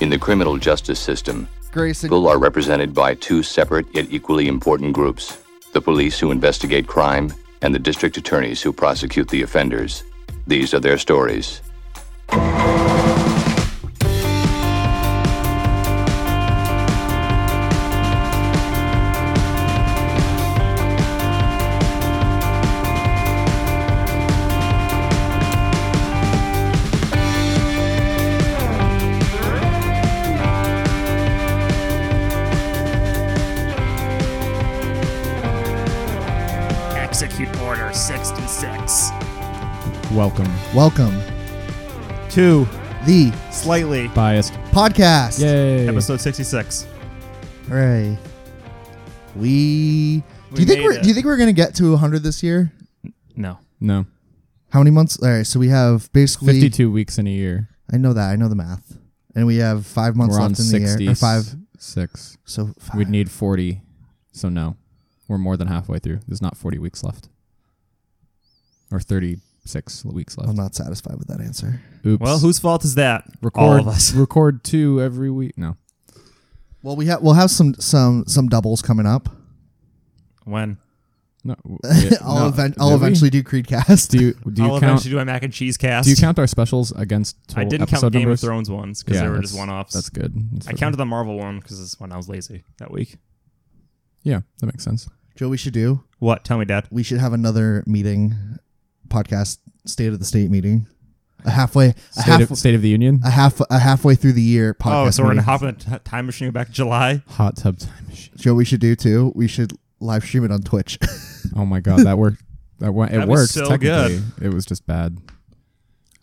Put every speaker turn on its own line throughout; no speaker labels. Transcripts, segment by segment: In the criminal justice system,
Grayson,
people are represented by two separate yet equally important groups the police who investigate crime and the district attorneys who prosecute the offenders. These are their stories.
Execute Order 66.
Welcome.
welcome
to
the
Slightly.
Biased.
podcast.
Yay.
Episode 66.
Hooray. We, do
We
you think
made
we're
it.
do you think we're gonna get to 100 this year?
No.
No.
How many months? All right, so we have basically
52 weeks in a year.
I know that. I know the math. And we have five months
We're on
left in the
60.
year. Or five.
Six.
So five.
We'd need 40. So no. We're more than halfway through. There's not 40 weeks left. Or 36 weeks left.
I'm not satisfied with that answer.
Oops.
Well, whose fault is that?
record,
All of us.
Record two every week. No.
Well, we have we'll have some some some doubles coming up.
When?
No. Yeah,
I'll,
no.
event-
Did
I'll
we?
eventually do Creedcast.
Do you, do you
I'll
count?
eventually do my mac and cheese cast.
Do you count our specials against
I
total
didn't count
episode
Game
numbers?
of Thrones ones because
Yeah,
they were
that's-
just one offs.
That's good. That's
I
really-
counted the Marvel one because it's when I was lazy that week.
Yeah, that makes sense.
Joe, we should do.
What? Tell me, Dad.
We should have another meeting, podcast state of the state meeting, a halfway a
State,
half
of, State of the Union.
a half a halfway through the year podcast.
Oh, so we're going
meeting.
to hop in the t- time machine and go back to July?
Hot tub time machine.
Joe, we should do too. We should live stream it on Twitch.
Oh my god, that worked. That went. It
That was
worked.
so
technically, it was just bad.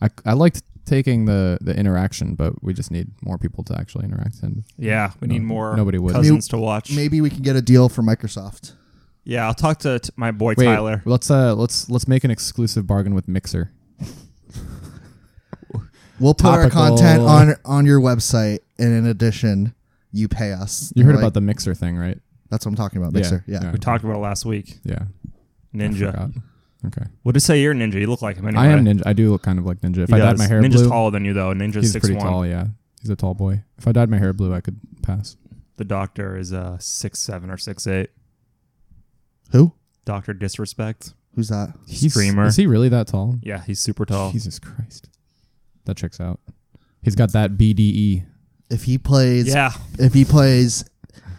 I, I liked taking the the interaction, but we just need more people to actually interact. And
Yeah. We
No,
need more
nobody would.
cousins to watch.
Maybe we can get a deal from Microsoft.
Yeah, I'll talk to t- my boy
wait,
Tyler.
let's uh let's let's make an exclusive bargain with Mixer.
We'll put our
Topical.
content on on your website, and in addition, you pay us.
You heard
Like,
about the Mixer thing, right?
that's what I'm talking about, Mixer. Yeah,
We talked about it last week.
Yeah. I
Ninja.
forgot. Okay.
What did say you're a ninja? You look like him anyway.
I am ninja. I do look kind of like ninja. If
He
I dyed
does.
my hair
Ninja's
blue,
taller than you though. Ninja's
he's
six
pretty
one.
tall. Yeah, he's a tall boy. If I dyed my hair blue, I could pass.
The doctor is uh six seven or six eight.
Who?
Doctor disrespect.
Who's that?
He's,
Streamer.
Is he really that tall?
Yeah, he's super tall.
Jesus Christ. That checks out. He's got that E. BDE.
If he plays,
yeah,
if he plays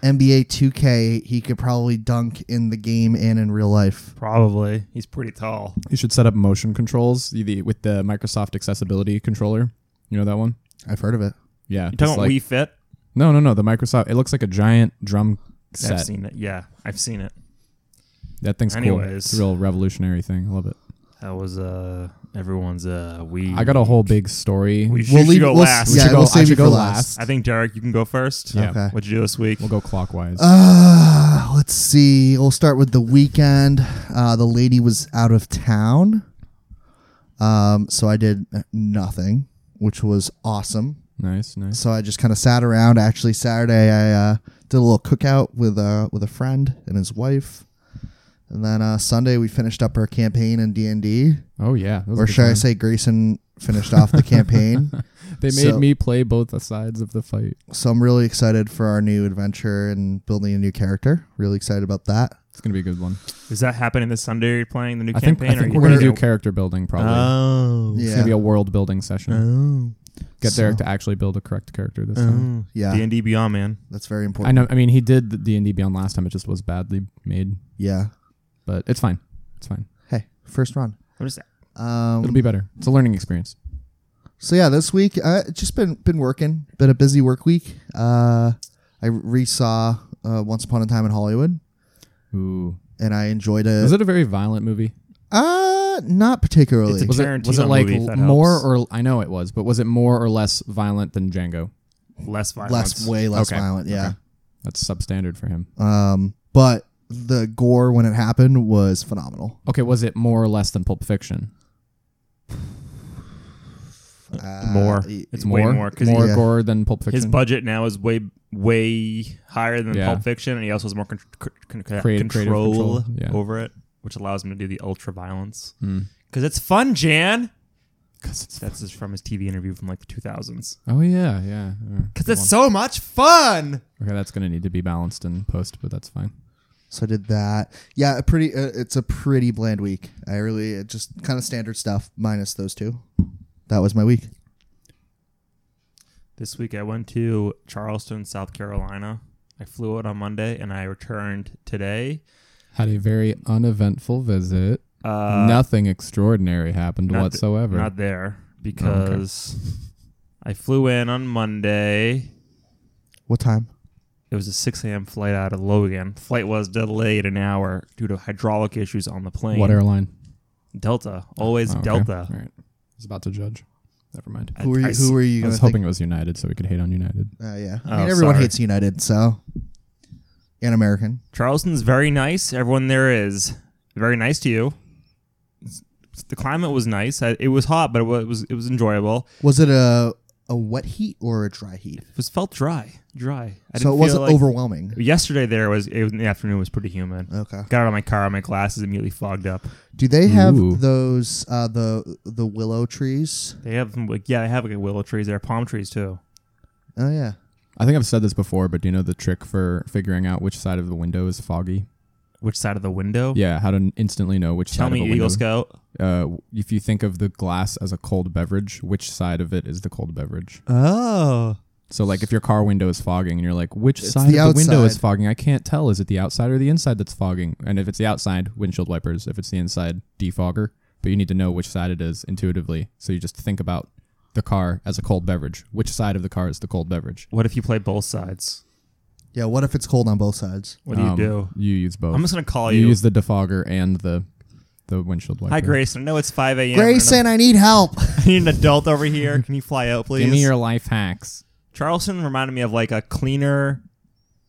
NBA 2K, he could probably dunk in the game and in real life.
probably. He's pretty tall.
You should set up motion controls the- the- with the Microsoft accessibility controller. You know that one?
I've heard of it.
Yeah.
You
just
talking about
like-
Wii Fit?
no, no, no. The Microsoft. It looks like a giant drum
I've
set.
seen it. Yeah, I've seen it.
That thing's cool.
Anyways.
It's a real revolutionary thing. I love it.
That was uh everyone's uh Wii.
I got a whole big story.
We should,
We'll
should
leave-
go
we'll s-
last.
yeah.
should
we'll
I
save
should
you for
go
last.
I think Derek, you can go first.
Yeah.
Okay.
What'd you do this week?
We'll go clockwise.
Uh, let's see. We'll start with the weekend. Uh, the lady was out of town, um, so I did nothing, which was awesome.
nice, nice.
So I just kind of sat around. Actually, Saturday I uh, did a little cookout with uh, with a friend and his wife, and then uh, Sunday we finished up our campaign in D and D,
Oh yeah. that was a
or
good
should I
time.
say Grayson finished off the campaign.
They made
so-
me play both the sides of the fight.
So I'm really excited for our new adventure and building a new character. Really excited about that.
It's gonna be a good one.
Is that happening this Sunday? Are you playing the new
I think,
campaign? or
I think
are you
we're gonna do
doing-
character building probably.
Oh.
it's gonna
Yeah,
be a world building session.
Oh.
Get
So-
Derek to actually build a correct character this time.
Oh.
yeah,
D&D Beyond, man.
that's very
I
important.
know. I mean, he did the D and D Beyond last time. It just was badly made,
Yeah.
but it's fine. It's fine.
Hey, first run.
What is that?
Um,
It'll be better. It's a learning experience.
So yeah, this week I just been been working. Been a busy work week. Uh, I resaw uh, Once Upon a Time in Hollywood,
Ooh,
and I enjoyed it.
was it a very violent movie?
Uh, not particularly.
It's a-
Was it was it
Tarantino
like
movie, if that
more
helps.
or I know it was, but was it more or less violent than Django?
Less violence.
less, way less
Okay.
violent. Yeah.
That's substandard for him.
Um, but the gore when it happened was phenomenal.
Okay, was it more or less than Pulp Fiction?
Uh,
more.
y-
It's way more because
more
Yeah.
gore than Pulp Fiction.
his budget now is way way higher than
Yeah.
Pulp Fiction, and he also has more con- con- con-
Creative- creative
control,
control, yeah.
over it, which allows him to do the ultra violence.
Mm.
Because it's fun, Jan.
Because it's
That's just from his TV interview from like the 2000s.
oh yeah, yeah. Because
so much fun.
okay. That's gonna need to be balanced in post, but that's fine.
So I did that. Yeah, a pretty. Uh, it's a pretty bland week. I really it just kind of standard stuff minus those two. That was my week.
This week I went to Charleston, South Carolina. I flew out on Monday and I returned today.
Had a very uneventful visit.
Uh,
Nothing extraordinary happened
not th-
whatsoever.
Not there
Oh,
because I flew in on Monday.
What time?
It was a 6 a.m. flight out of Logan. Flight was delayed an hour due to hydraulic issues on the plane.
what airline?
Delta. Always
Oh, okay.
Delta.
All right. I was about to judge. Never mind.
Who are you? Who are you
I
going
was
to
hoping it was United so we could hate on United.
Uh, yeah.
Oh,
I mean, everyone
sorry.
hates United, so. And American.
Charleston's very nice. Everyone there is very nice to you. The climate was nice. I- It was hot, but it wa- it was it was enjoyable.
Was it a a wet heat or a dry heat?
It was felt dry, dry. I
so it
didn't
wasn't
feel like-
overwhelming.
Yesterday there was it was, in the afternoon was pretty humid.
Okay.
Got out of my car, my glasses immediately fogged up.
Do they have
Ooh.
those uh, the the willow trees?
They have some, like yeah, they have like willow trees. There are palm trees too.
Oh yeah.
I think I've said this before, but do you know the trick for figuring out which side of the window is foggy?
Which side of the window?
Yeah, how to n- instantly know which
Tell
side
me,
of the window.
Eagle Scout.
uh, if you think of the glass as a cold beverage, which side of it is the cold beverage?
Oh,
So, like, if your car window is fogging and you're like, which
It's
side
the
of the window is
outside.
fogging? I can't tell. Is it the outside or the inside that's fogging? And if it's the outside, windshield wipers. If it's the inside, defogger. But you need to know which side it is intuitively. So you just think about the car as a cold beverage. Which side of the car is the cold beverage?
what if you play both sides?
Yeah. What if it's cold on both sides?
What do you
Um,
do?
You use both.
I'm just gonna call
you
you.
use the defogger and the the windshield wiper.
Hi, Grayson. I know it's 5 a.m.
Grayson, I need help.
I need an adult over here. Can you fly out, please?
Give me your life hacks.
Charleston reminded me of like a cleaner,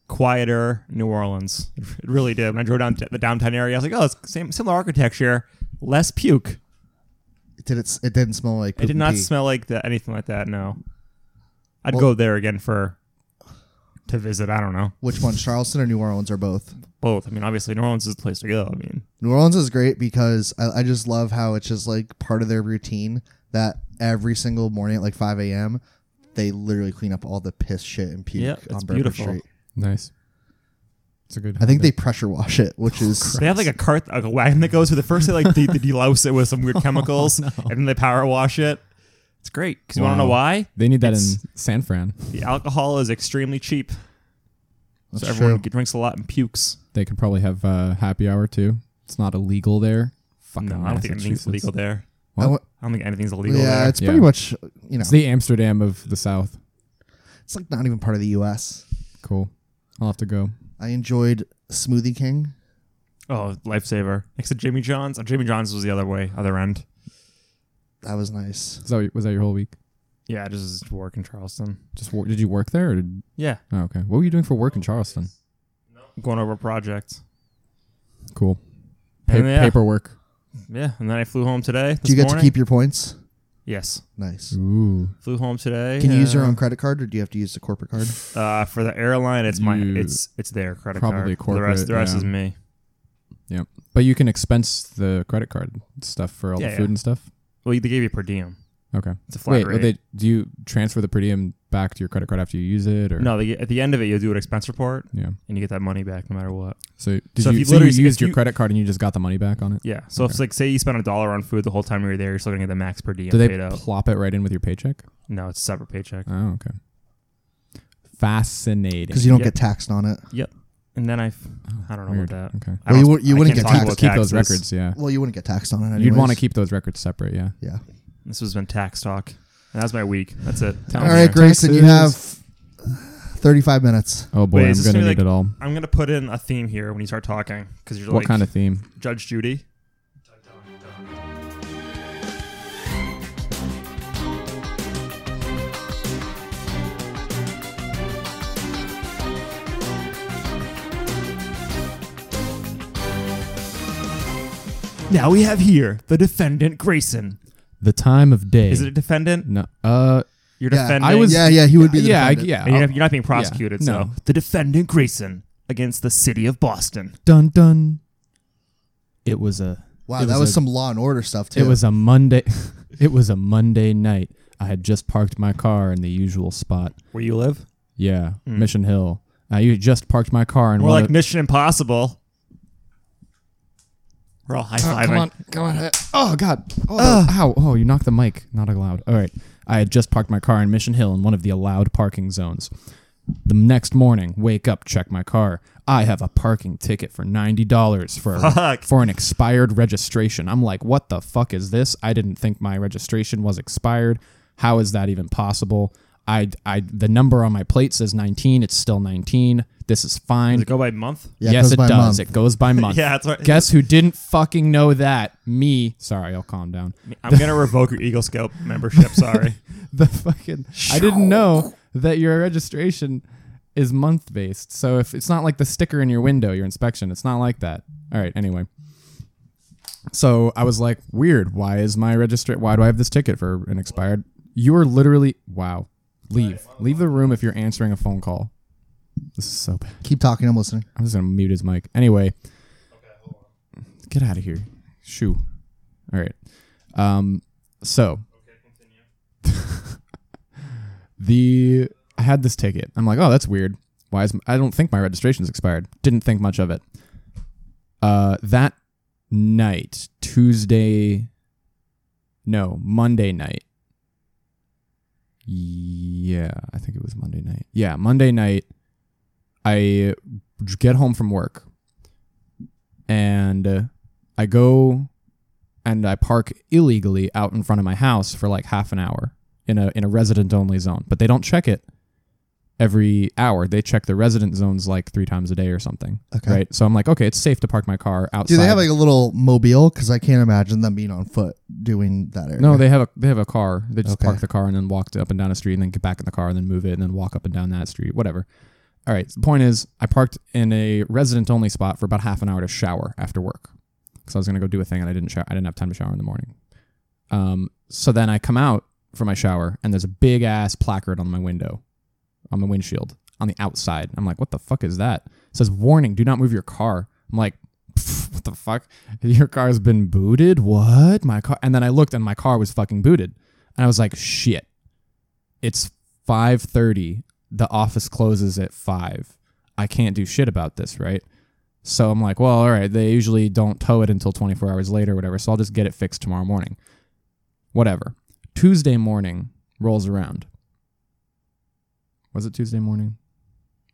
quieter New Orleans. It really did. When I drove down to the downtown area, I was like, oh, it's same similar architecture, less puke.
Did it? s- It didn't smell like.
It
poop
did
and
not
pee.
smell like that, anything like that. No, I'd
Well-
go there again for to visit. I don't know
Which one, Charleston or New Orleans or both?
both. I mean, obviously, New Orleans is the place to go. I mean,
New Orleans is great because I, I just love how it's just like part of their routine that every single morning at like 5 a.m. they literally clean up all the piss, shit, and puke
Yeah, it's
on Bourbon
beautiful.
Street.
Nice. It's a good.
I think
habit.
they pressure wash it, which is
Oh, they have like a cart, like a wagon that goes through. The first they like de- they delouse it with some
Oh,
weird chemicals, and then they power wash it. It's great because you want to know
Wow.
why
They need that
It's-
in San Fran.
the alcohol is extremely cheap.
That's
so everyone
true.
g- drinks a lot and pukes.
They could probably have uh, happy hour too. It's not illegal there. Fucking
No, I don't think anything's
Massachusetts.
illegal there.
What?
I wa-
I don't think anything's illegal
yeah,
there.
it's pretty
Yeah.
much you know
It's the Amsterdam of the South.
it's like not even part of the U.S.
Cool. I'll have to go.
I enjoyed Smoothie King.
Oh, lifesaver. Next to Jimmy John's. Oh, Jimmy John's was the other way, other end.
That was nice.
Is that, was that your whole week?
Yeah, it just is work in Charleston.
Just wor- did you work there? Or did,
Yeah.
oh, okay. What were you doing for work in Charleston?
Going over a project.
Cool. Pa-
And yeah.
Paperwork.
Yeah, and then I flew home today.
Do you
this
get to
morning.
keep your points?
Yes.
Nice.
Ooh.
Flew home today.
Can you use your
uh,
own credit card, or do you have to use the corporate card?
Uh, for the airline, it's my
You-
it's it's their credit
Probably
card. The rest,
corporate,
the rest
yeah.
is me.
But you can expense the credit card stuff for all
Yeah,
the
yeah.
food and stuff.
Well, they gave you per diem.
Okay.
It's a flat
Wait,
rate.
but they, do you transfer the per diem back to your credit card after you use it, or
no, they, at the end of it, you do an expense report
Yeah.
and you get that money back no matter what.
So did
So if
you,
you
so you
literally- if
used your
you-
credit card and you just got the money back on it?
Yeah. So if it's like say you spent a dollar on food the whole time you were there, you're still gonna get the max per diem
Do they
paid out.
plop it right in with your paycheck?
No, it's a separate paycheck.
Oh, okay. Fascinating. Oh,
Because you don't
Yeah.
get taxed on it.
And then I, f- I don't know
Weird.
about that.
Okay.
I
Well, you
don't-
wou- you
I
wouldn't
can't
get
talk
taxed.
about
Keep those
taxes.
records, yeah.
Well, you wouldn't get taxed on it. Anyways.
You'd want to keep those records separate, yeah.
Yeah.
This has been tax talk. And that's my week. That's it.
All
All
Okay.
right, Grayson, you have
Taxes.
35 minutes.
Oh boy,
Wait,
I'm
is this
gonna
gonna
need
be
it all.
I'm gonna put in a theme here when you start talking because you're
What
like
kind of theme?
Judge Judy. Now we have here the defendant Grayson.
The time of day.
Is it a defendant?
no. Uh,
You're
Yeah,
defending.
I was.
Yeah, yeah, he would be the
yeah, I-
defendant.
yeah. Oh.
And you're,
I'll-
not, you're not being prosecuted.
yeah,
so
no.
the defendant Grayson against the city of Boston.
Dun dun. It was a.
Wow,
It
that
was
was
a-
some Law and Order stuff too.
It was a Monday. It was a Monday night. I had just parked my car in the usual spot.
Where you live?
Yeah,
Hmm.
Mission Hill. I u- just parked my car in
We're
one
like
of-
Mission Impossible. We're all high fiving.
Oh, Come on, come on. Oh God. Oh, ow. Oh, you knocked the mic. Not allowed. All right. I had just parked my car in Mission Hill in one of the allowed parking zones. The next morning, wake up, check my car. I have a parking ticket for ninety dollars for a,
Fuck.
for an expired registration. I'm like, what the fuck is this? I didn't think my registration was expired. How is that even possible? I, I the number on my plate says 19. It's still 19. This is fine.
Does it go by month?
Yeah, it
yes,
goes
it
by
does.
month.
It goes by month.
Yeah, that's right.
Guess who didn't fucking know that? Me. Sorry, I'll calm down.
I'm gonna revoke your Eagle Scout membership. Sorry.
The fucking I didn't know that your registration is month based. So if it's not like the sticker in your window, your inspection, it's not like that. All right, anyway. So I was like, weird. Why is my register? Why do I have this ticket for an expired? You are literally wow. Leave. Leave the room if you're answering a phone call. This is so bad.
Keep talking. I'm listening.
I'm just gonna mute his mic. Anyway, get out of here. Shoo. All right. Um. So. the I had this ticket. I'm like, oh, that's weird. Why is I don't think my registration's expired. Didn't think much of it. Uh, that night, Tuesday. No, Monday night. Yeah, I think it was Monday night. Yeah, Monday night. I get home from work and uh, I go and I park illegally out in front of my house for like half an hour in a in a resident only zone, but they don't check it every hour. They check the resident zones like 3 times a day or something.
Okay.
Right? So I'm like, okay, it's safe to park my car outside.
Do they have like a little mobile? Because I can't imagine them being on foot doing that area.
No, they have a they have a car. They just
Okay.
park the car and then walk up and down a street and then get back in the car and then move it and then walk up and down that street. Whatever. All right. The point is, I parked in a resident only spot for about half an hour to shower after work because I was gonna go do a thing and I didn't shower. I didn't have time to shower in the morning. Um. So then I come out for my shower and there's a big ass placard on my window, on my windshield, on the outside. I'm like, what the fuck is that? It says warning: Do not move your car. I'm like. "Pff, What the fuck? Your car's been booted? What? My car? And then I looked, and my car was fucking booted. And I was like, shit. It's 5:30. The office closes at 5. I can't do shit about this, right? So I'm like, well, all right, they usually don't tow it until 24 hours later or whatever, so I'll just get it fixed tomorrow morning. Whatever. Tuesday morning rolls around. Was it Tuesday morning?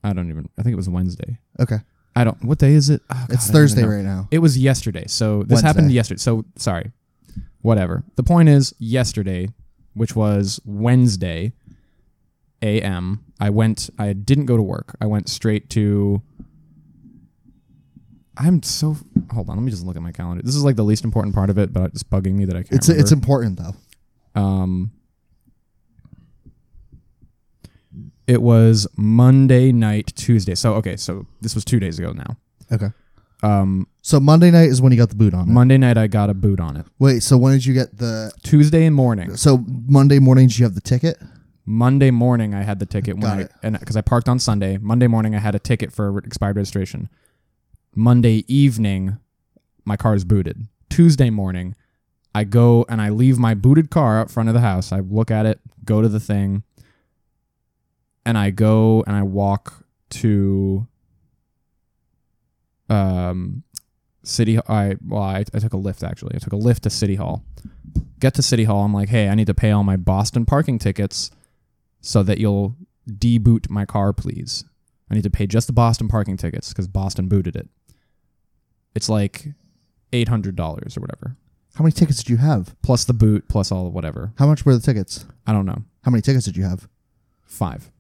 I don't even I think it was Wednesday.
Okay.
I don't what day is it? Oh, God,
It's
I don't even
Thursday
know.
right now.
It was yesterday. So this
Wednesday.
happened yesterday. So sorry. Whatever. The point is, yesterday, which was Wednesday AM, I went I didn't go to work. I went straight to I'm so hold on, let me just look at my calendar. This is like the least important part of it, but it's bugging me that I can't
It's
remember.
it's important though.
Um, it was Monday night, Tuesday. So okay, so this was two days ago now.
Okay.
Um,
So Monday night is when you got the boot on. it.
Monday night I got a boot on it.
Wait. So when did you get the?
Tuesday morning,
So Monday mornings you have the ticket.
Monday morning I had the ticket when
Got
I
it.
and because I parked on Sunday. Monday morning I had a ticket for re- expired registration. Monday evening, my car is booted. Tuesday morning, I go and I leave my booted car out front of the house. I look at it, go to the thing, and I go and I walk to um city I well I, I took a lift actually. I took a lift to city hall. Get to city hall, I'm like, "Hey, I need to pay all my Boston parking tickets so that you'll deboot my car, please." I need to pay just the Boston parking tickets cuz Boston booted it. It's like $800 or whatever.
How many tickets did you have?
Plus the boot, plus all whatever.
How much were the tickets?
I don't know.
How many tickets did you have?
5.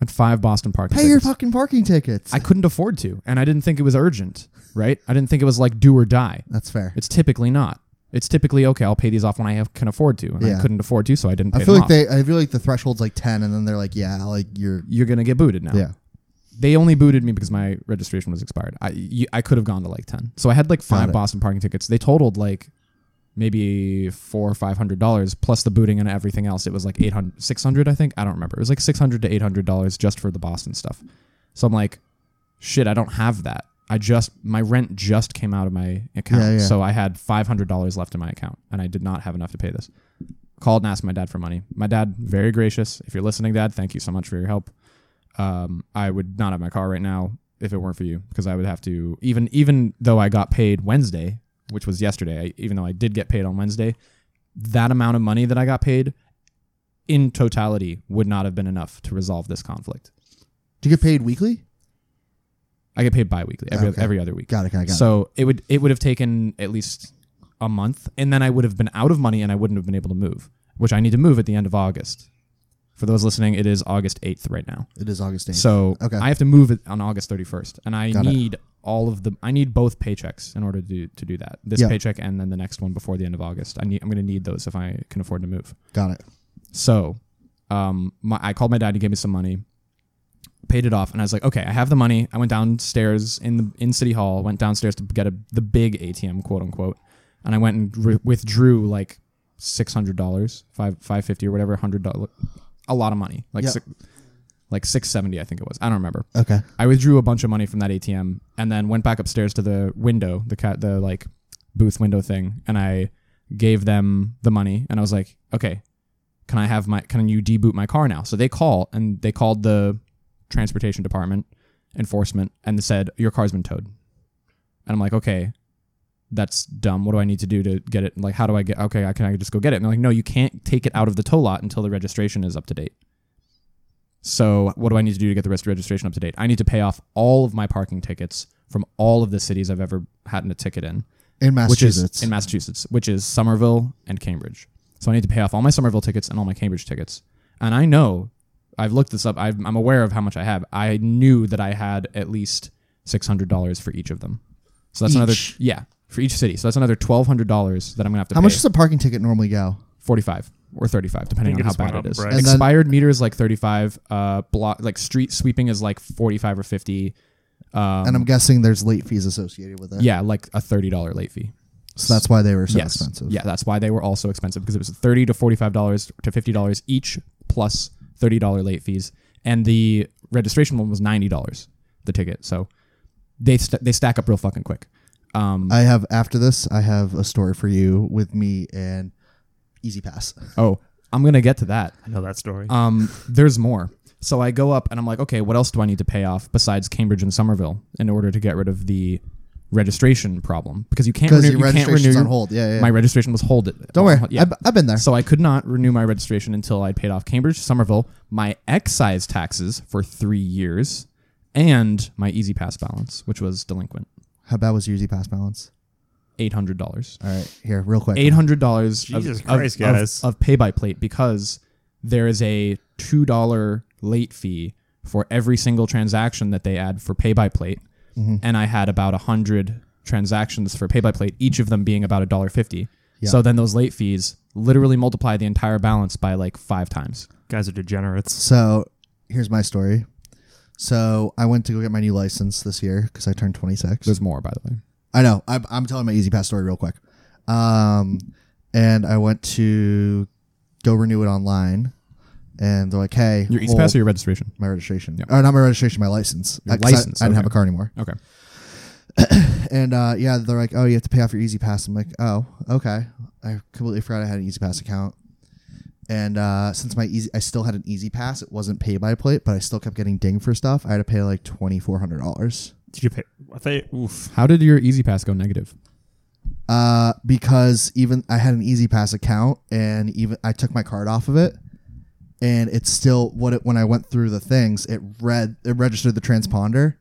and 5 Boston parking
Pay
tickets.
your fucking parking tickets.
I couldn't afford to, and I didn't think it was urgent, right? I didn't think it was like do or die.
That's fair.
It's typically not. It's typically okay. I'll pay these off when I have, can afford to, and I
Yeah.
couldn't afford to, so I didn't. Pay
I feel like
them off.
they. I feel like the threshold's like ten, and then they're like, yeah, like you're.
You're gonna get booted now.
Yeah.
They only booted me because my registration was expired. I you, I could have gone to like ten, so I had like
it.
five Boston parking tickets. They totaled like maybe four or five hundred dollars plus the booting and everything else. It was like 800, 600, I think. I don't remember. It was like six hundred to eight hundred dollars just for the Boston stuff. So I'm like, shit, I don't have that. I just my rent just came out of my account,
Yeah, yeah.
so I had five hundred dollars left in my account, and I did not have enough to pay this. Called and asked my dad for money. My dad, very gracious. If you're listening, Dad, thank you so much for your help. Um, I would not have my car right now if it weren't for you, because I would have to even even though I got paid Wednesday, which was yesterday. I, even though I did get paid on Wednesday, that amount of money that I got paid in totality would not have been enough to resolve this conflict.
Do you get paid weekly?
I get paid biweekly every
Okay.
every other week.
Got it. Got it. Got it.
so it would it would have taken at least a month, and then I would have been out of money, and I wouldn't have been able to move, which I need to move at the end of August. For those listening, it is August eighth right now,
It is August 8th.
so
Okay.
I have to move it on August thirty first, and I
Got it.
need all of the I need both paychecks in order to do, to do that. This
Yeah.
paycheck and then the next one before the end of August. I need I'm going to need those if I can afford to move.
got it.
So, um, my, I called my dad. He gave me some money, paid it off, and I was like, okay, I have the money. I went downstairs in the in City Hall, went downstairs to get a, the big ATM, quote unquote, and I went and re- withdrew like six hundred dollars, five five fifty or whatever, hundred dollars, a lot of money, like
Yeah.
six, like six seventy, I think it was. I don't remember.
Okay.
I withdrew a bunch of money from that ATM and then went back upstairs to the window, the cat, the like booth window thing, and I gave them the money and I was like, okay, can I have my, can you deboot my car now? So they call and they called the transportation department enforcement and said your car's been towed, and I'm like, okay, that's dumb. What do I need to do to get it? Like, how do I get? Okay, I can I just go get it? And they're like, no, you can't take it out of the tow lot until the registration is up to date. So what do I need to do to get the rest of registration up to date? I need to pay off all of my parking tickets from all of the cities I've ever had a ticket in,
In
which
Massachusetts.
is in Massachusetts, which is Somerville and Cambridge. So I need to pay off all my Somerville tickets and all my Cambridge tickets. And I know I've looked this up. I've, I'm aware of how much I have. I knew that I had at least six hundred dollars for each of them. So that's another
Each?
yeah for each city. So that's another twelve hundred dollars that I'm gonna have to
How
pay.
much does a parking ticket normally go?
45 or 35 depending
I think
on how
it just went
bad it
up,
is
right?
And then-
expired meter is like 35 uh block like street sweeping is like 45 or 50 um
and I'm guessing there's late fees associated with it.
yeah like a $30 late fee
So that's why they were so
yes
expensive.
yeah that's why they were also expensive because it was 30 to 45 dollars to 50 dollars each plus 30 dollar late fees and the registration one was 90 dollars the ticket so they st- they stack up real fucking quick um
I have after this, I have a story for you with me and Easy Pass.
oh i'm going to get to that
I know that story.
Um, there's more. So I go up and I'm like, okay, what else do I need to pay off besides Cambridge and Somerville in order to get rid of the registration problem? Because you can't
Because
renew.
your
you can't
registration's
renew
on hold. Yeah, yeah, yeah.
My registration was hold it.
Don't worry.
Oh, Yeah.
I've, I've been there.
So I could not renew my registration until I paid off Cambridge, Somerville, my excise taxes for three years, and my Easy Pass balance, which was delinquent,
How bad was your Easy Pass balance?
eight hundred dollars.
All right, here, real quick.
eight hundred dollars.
Jesus
of,
Christ,
of,
guys.
Of, pay by plate because there is a two dollar late fee for every single transaction that they add for pay by plate, and I had about a hundred transactions for pay by plate, each of them being about a dollar fifty. So then those late fees literally multiply the entire balance by like five times.
Guys are degenerates.
So here's my story. So I went to go get my new license this year because I turned 26.
There's more, by the way.
I know. I'm, I'm telling my Easy Pass story real quick. Um, and I went to go renew it online, and they're like, "Hey,
Your East
hold
Pass or your registration?
my registration? Oh, not my registration, my license.
Your
Uh, 'cause I-
license,
I, didn't have a
okay.
car anymore.
Okay.
And uh, yeah, they're like, "Oh, you have to pay off your Easy Pass." I'm like, "Oh, okay." I completely forgot I had an Easy Pass account. And uh, since my easy, I still had an Easy Pass. It wasn't pay by plate, but I still kept getting dinged for stuff. I had to pay like twenty four hundred dollars.
Did you pay? I thought. you- Oof.
How did your Easy Pass go negative?
uh, because even I had an Easy Pass account, and even I took my card off of it, and it's still what it when I went through the things, it read it registered the transponder,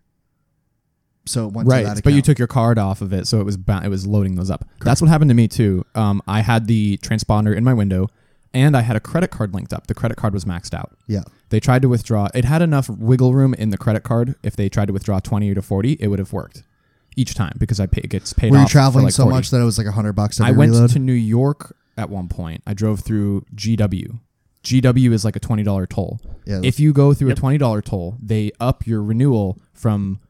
so it went to that
right
account.
but you took your card off of it so it was ba- it was loading those up that's what happened to me too um, i had the transponder in my window and i had a credit card linked up the credit card was maxed out
yeah,
they tried to withdraw it had enough wiggle room in the credit card if they tried to withdraw 20 to 40 it would have worked each time because i pay, it gets paid
were
off
you
for
traveling
like
so
40.
much that it was like a hundred bucks? Every
I went
reload?
to New York at one point. I drove through GW. GW is like a twenty dollar toll.
Yeah.
If you go through a twenty dollar toll, they up your renewal from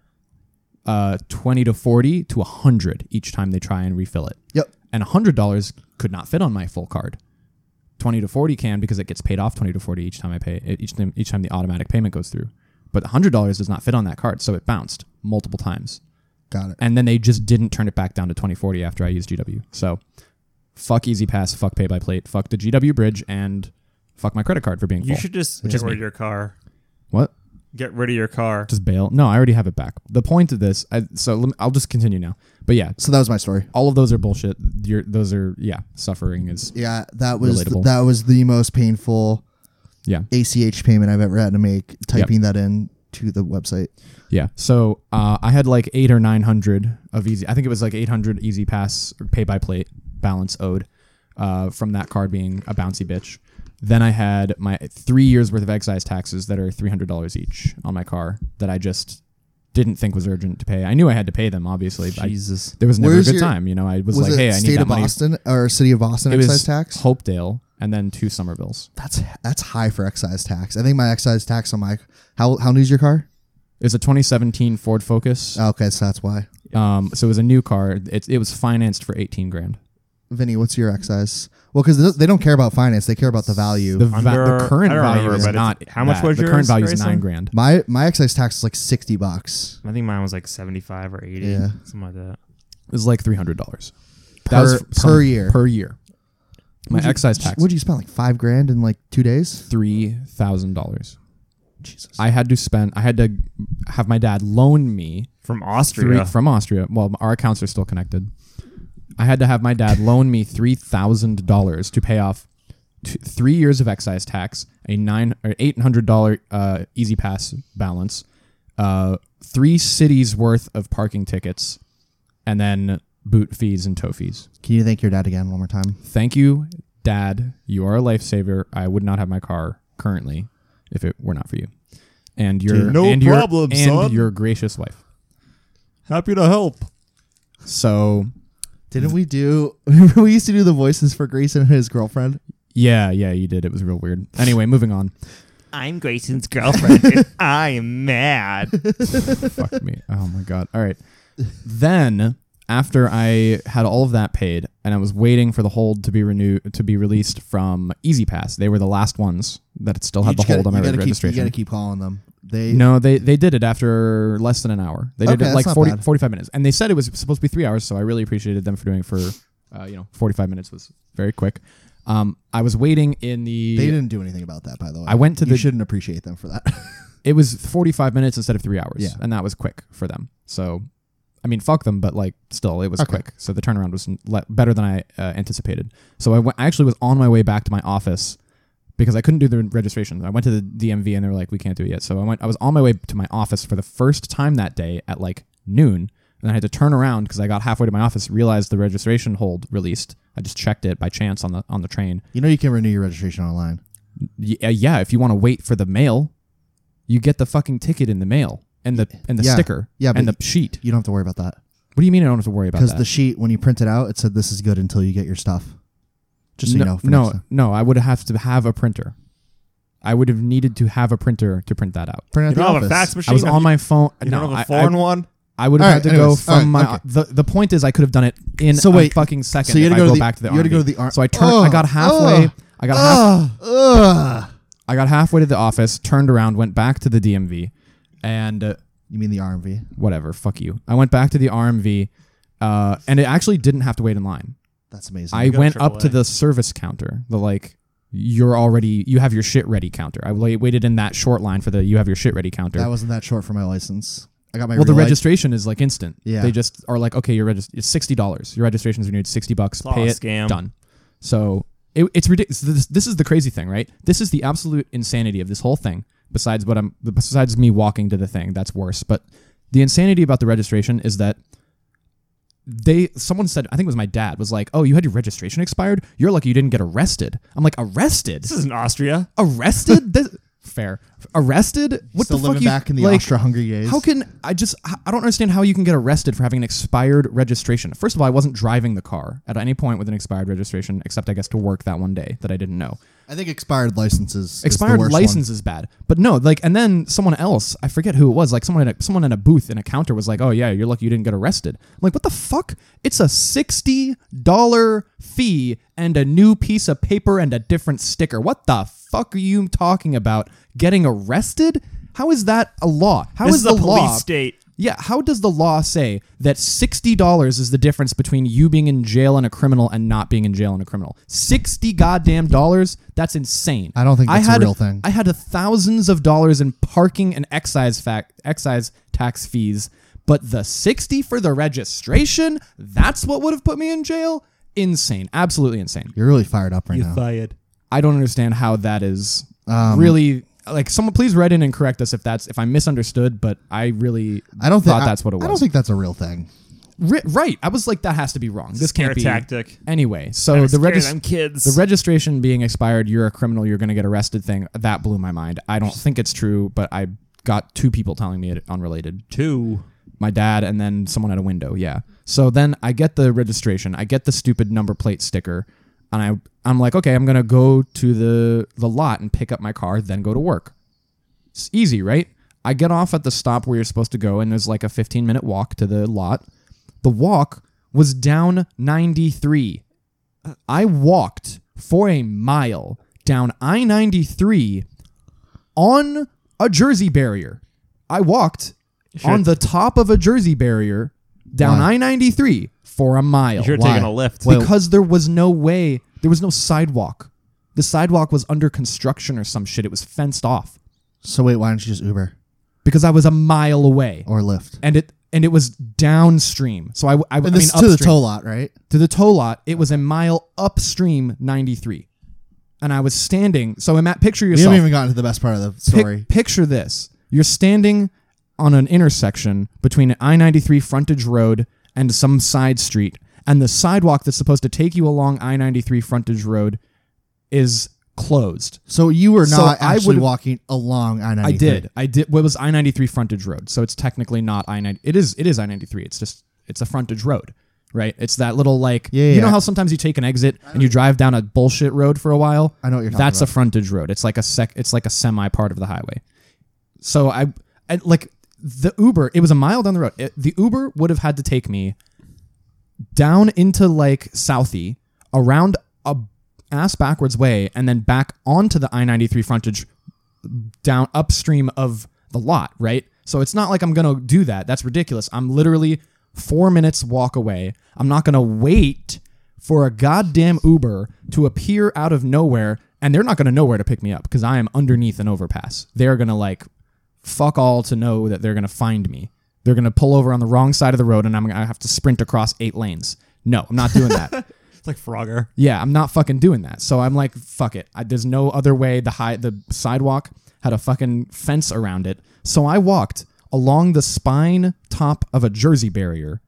uh, twenty to forty to hundred each time they try and refill it.
yep,
And hundred dollars could not fit on my full card. Twenty to forty can because it gets paid off twenty to forty each time I pay e, each time each time the automatic payment goes through. But hundred dollars does not fit on that card, so it bounced multiple times.
Got it.
and then they just didn't turn it back down to 2040 after I used GW. So fuck Easy Pass, fuck Pay by Plate, fuck the GW bridge, and fuck my credit card for being
You
full.
should just
Which
get
is
rid
me.
of your car.
what?
Get rid of your car.
Just bail? No, I already have it back. The point of this, I, so lem- I'll just continue now. But yeah,
So that was my story.
all of those are bullshit. Your those are yeah, suffering is
Yeah, that was
Relatable.
that was the most painful
yeah.
ACH payment I've ever had to make. Typing that in to the website.
Yeah. So uh, I had like eight or nine hundred of easy. I think it was like eight hundred easy pass or pay by plate balance owed uh, from that card being a bouncy bitch. Then I had my three years worth of excise taxes that are three hundred dollars each on my car that I just didn't think was urgent to pay. I knew I had to pay them, obviously. but I-
Jesus.
there was never
Where's
a good
your-
time. You know, I was,
Was
like,
it
hey, I need
state
that
of
money.
Boston or city of Boston
It
excise
was
tax?
Hopedale and then two Somervilles.
That's that's high for excise tax. I think my excise tax on my how how new's your car?
It was a 2017 Ford Focus.
Oh, okay, so that's why.
Um, so it was a new car. It, it was financed for 18 grand.
Vinny, what's your excise? Well, because they don't care about finance; they care about the value.
The, va- the
Under-
current
I don't
value
remember,
is
but it's-
not.
how much
that.
was
the
yours,
current value? Is
Grayson?
nine grand.
my my excise tax is like sixty bucks.
I think mine was like 75 or 80.
Yeah.
Something like that.
It was like three hundred dollars.
Per- per year.
Per year. My
Would you-
excise tax.
Would you spend like five grand in like two days?
three thousand dollars.
Jesus.
I had to spend. I had to have my dad loan me
From
three
Austria.
from Austria. Well, our accounts are still connected. I had to have my dad loan me three thousand dollars to pay off t- three years of excise tax, a nine or eight hundred dollar uh, Easy Pass balance, uh, three cities worth of parking tickets, and then boot fees and tow fees.
Can you thank your dad again one more time?
Thank you, Dad. You are a lifesaver. I would not have my car currently if it were not for you. And your
No
and
problem,
your, and
son.
your gracious wife.
Happy to help.
So
Didn't we do? Remember we used to do the voices for Grayson and his girlfriend.
Yeah, yeah, you did. It was real weird. Anyway, moving on.
I'm Grayson's girlfriend. and I am mad.
Fuck me. Oh my god. All right. Then after I had all of that paid and I was waiting for the hold to be renewed to be released from Easy Pass, they were the last ones that still had the
just
hold
gotta-
on my
you gotta
registration.
Keep, you gotta keep calling them. They
no, they they did it after less than an hour. They did
Okay,
it
that's
like
not
40,
bad.
45 minutes, and they said it was supposed to be three hours. So I really appreciated them for doing it for uh, you know forty five minutes was very quick. Um, I was waiting in the.
they didn't do anything about that, by the way.
I went to
you
the-
shouldn't appreciate them for that.
it was 45 minutes instead of three hours
Yeah.
and that was quick for them so i mean fuck them but like still it was
Okay.
quick so the turnaround was le- better than i uh, anticipated so I, went, I actually was on my way back to my office because i couldn't do the registration i went to the dmv and they were like we can't do it yet so i went i was on my way to my office for the first time that day at like noon and i had to turn around because i got halfway to my office realized the registration hold released i just checked it by chance on the on the train
you know you can renew your registration online.
Y- uh, yeah, if you want to wait for the mail, you get the fucking ticket in the mail and the and the
Yeah.
sticker
Yeah,
and the
but
sheet.
You don't have to worry about that
What do you mean I don't have to worry about
because
that?
the sheet when you print it out, it said this is good until you get your stuff. Just so
no,
you know. For next
no,
time.
no, I would have to have a printer. I would have needed to have a printer to print that out.
Print it
You
at the
don't have
office.
a fax
I
machine?
was on my phone.
You
no,
don't have
I-
a foreign
I,
one?
I would have
All
had to
right,
go
anyways, all
from
right,
my.
okay.
The, the point is, I could have done it in
So
a
wait,
fucking second
so you
if
had
I
to go to
go
the-
back to the
you had to
RV.
go to the ar- Oh,
So I turned. I
Ugh,
got halfway.
ugh,
I got half,
Ugh, ugh.
I got halfway to the office, turned around, went back to the DMV, and uh,
You mean the RMV?
whatever, fuck you. I went back to the RMV, uh, and it actually didn't have to wait in line.
That's amazing.
I
go to
went up to
AAA.
the service counter, the like, you're already, you have your shit ready counter. I wa- waited in that short line for the you have your shit ready counter.
that wasn't that short for my license. I got my
well, the
real lic-
registration is like instant.
Yeah.
They just are like, okay, your regist- it's sixty dollars. Your registration's renewed, sixty bucks.
all
Pay
a
it.
scam.
Done. So it, it's ridiculous. This, this is the crazy thing, right? This is the absolute insanity of this whole thing. Besides what I'm, besides me walking to the thing, that's worse. But the insanity about the registration is that they someone said I think it was my dad was like, "Oh, you had your registration expired. You're lucky you didn't get arrested." I'm like, "Arrested?
This isn't Austria.
Arrested? This- fair. Arrested? What
still
the fuck
living
you
back in the
like,
Austro-Hungary days.
how can I just? I don't understand how you can get arrested for having an expired registration. First of all, I wasn't driving the car at any point with an expired registration, except I guess to work that one day that I didn't know.
I think expired licenses.
Expired license is bad, but no, like, and then someone else, I forget who it was, like someone in a, someone in a booth in a counter was like, "Oh yeah, you're lucky you didn't get arrested." I'm like, what the fuck? It's a sixty dollar fee and a new piece of paper and a different sticker. What the fuck are you talking about? Getting arrested? How is that a law? How
This
is
is a
the law?
police state.
Yeah, how does the law say that $60 is the difference between you being in jail and a criminal and not being in jail and a criminal? 60 goddamn dollars? That's insane.
I don't think that's a
had
real thing.
I had thousands of dollars in parking and excise fact excise tax fees, but the 60 for the registration, that's what would have put me in jail? Insane. Absolutely insane.
You're really fired up right
You
now.
fired.
I don't understand how that is
Um,
really like someone please write in and correct us if that's if I misunderstood, but I really
I don't think
thought that's what it was.
I don't think that's a real thing.
Ri- right. I was like that has to be wrong. This
Scare
can't be
tactic.
Anyway, so
Gotta
the
scare
regis-
them kids.
the registration being expired, you're a criminal, you're going to get arrested thing that blew my mind. I don't think it's true, but I got two people telling me it unrelated
Two.
my dad and then someone at a window yeah so then i get the registration i get the stupid number plate sticker and i i'm like okay i'm gonna go to the the lot and pick up my car then go to work it's easy right i get off at the stop where you're supposed to go and there's like a 15 minute walk to the lot the walk was down 93 i walked for a mile down i-93 on a jersey barrier i walked on the top of a jersey barrier down I 93 for a mile.
You're
Why?
taking a lift.
Wait,
because there was no way, there was no sidewalk. The sidewalk was under construction or some shit. It was fenced off
So wait, why don't you just Uber
because I was a mile away.
or Lyft?
And it and it was downstream. So I, I, I
And
mean,
this is to the
upstream.
tow lot, right?
to the tow lot. It was a mile upstream 93. And I was standing. So ima- picture
We
yourself.
haven't even gotten to the best part of the
Pic-
story.
picture this. You're standing on an intersection between an I 93 frontage road and some side street, and the sidewalk that's supposed to take you along I 93 frontage road is closed.
So you were
So
not
I
actually
would've-
walking along I ninety.
I did. I did. What was I 93 frontage road? So it's technically not I 90. It is, it is I 93. It's just, it's a frontage road. Right, it's that little like
Yeah, yeah,
you know
yeah.
how sometimes you take an exit and you drive down a bullshit road for a while.
I know what you're talking
That's
about.
a frontage road. It's like a sec. It's like a semi part of the highway. So I, I like the Uber. It was a mile down the road. It- the Uber would have had to take me down into like Southie, around a ass backwards way, and then back onto the I ninety three frontage, down upstream of the lot. Right. So it's not like I'm gonna do that. That's ridiculous. I'm literally four minutes walk away. I'm not gonna wait for a goddamn Uber to appear out of nowhere, and they're not gonna know where to pick me up because I am underneath an overpass. They're gonna like fuck all to know that they're going to find me. They're going to pull over on the wrong side of the road and I'm going to have to sprint across eight lanes. No, I'm not doing that.
It's like Frogger.
yeah, I'm not fucking doing that. So I'm like, fuck it. I, there's no other way. The high, the sidewalk had a fucking fence around it. So I walked along the spine top of a Jersey barrier.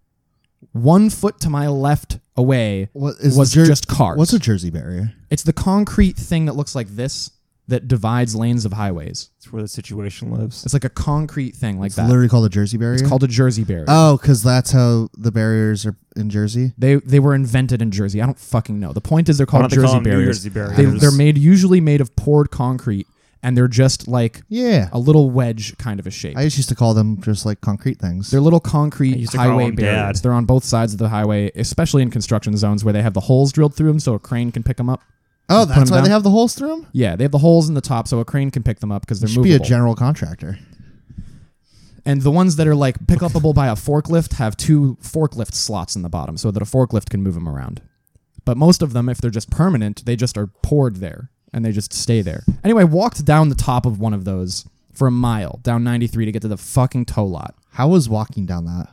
One foot to my left away
What is
was
the Jer-
just cars.
What's a Jersey barrier?
it's the concrete thing that looks like this that divides lanes of highways.
It's where the situation lives.
It's like a concrete thing like
It's
that.
literally called a Jersey barrier.
It's called a Jersey barrier.
oh, because that's how the barriers are in Jersey.
They they were invented in Jersey. I don't fucking know. The point is they're
Why don't
called
they
Oh, Jersey
call them New
barriers.
Jersey
They,
barriers?
they're made usually made of poured concrete, and they're just like
Yeah,
a little wedge kind of a shape.
I just used to call them just like concrete things.
they're little concrete
I used to call
highway
them
barriers.
dad.
They're on both sides of the highway, especially in construction zones where they have the holes drilled through them so a crane can pick them up.
oh, that's
them
why they
down.
have the holes through them.
Yeah, they have the holes in the top so a crane can pick them up because they're
Should be a
movable.
general contractor.
and the ones that are like pickupable by a forklift have two forklift slots in the bottom so that a forklift can move them around. But most of them, if they're just permanent, they just are poured there and they just stay there. Anyway, I walked down the top of one of those for a mile down 93 to get to the fucking tow lot.
How was walking down that?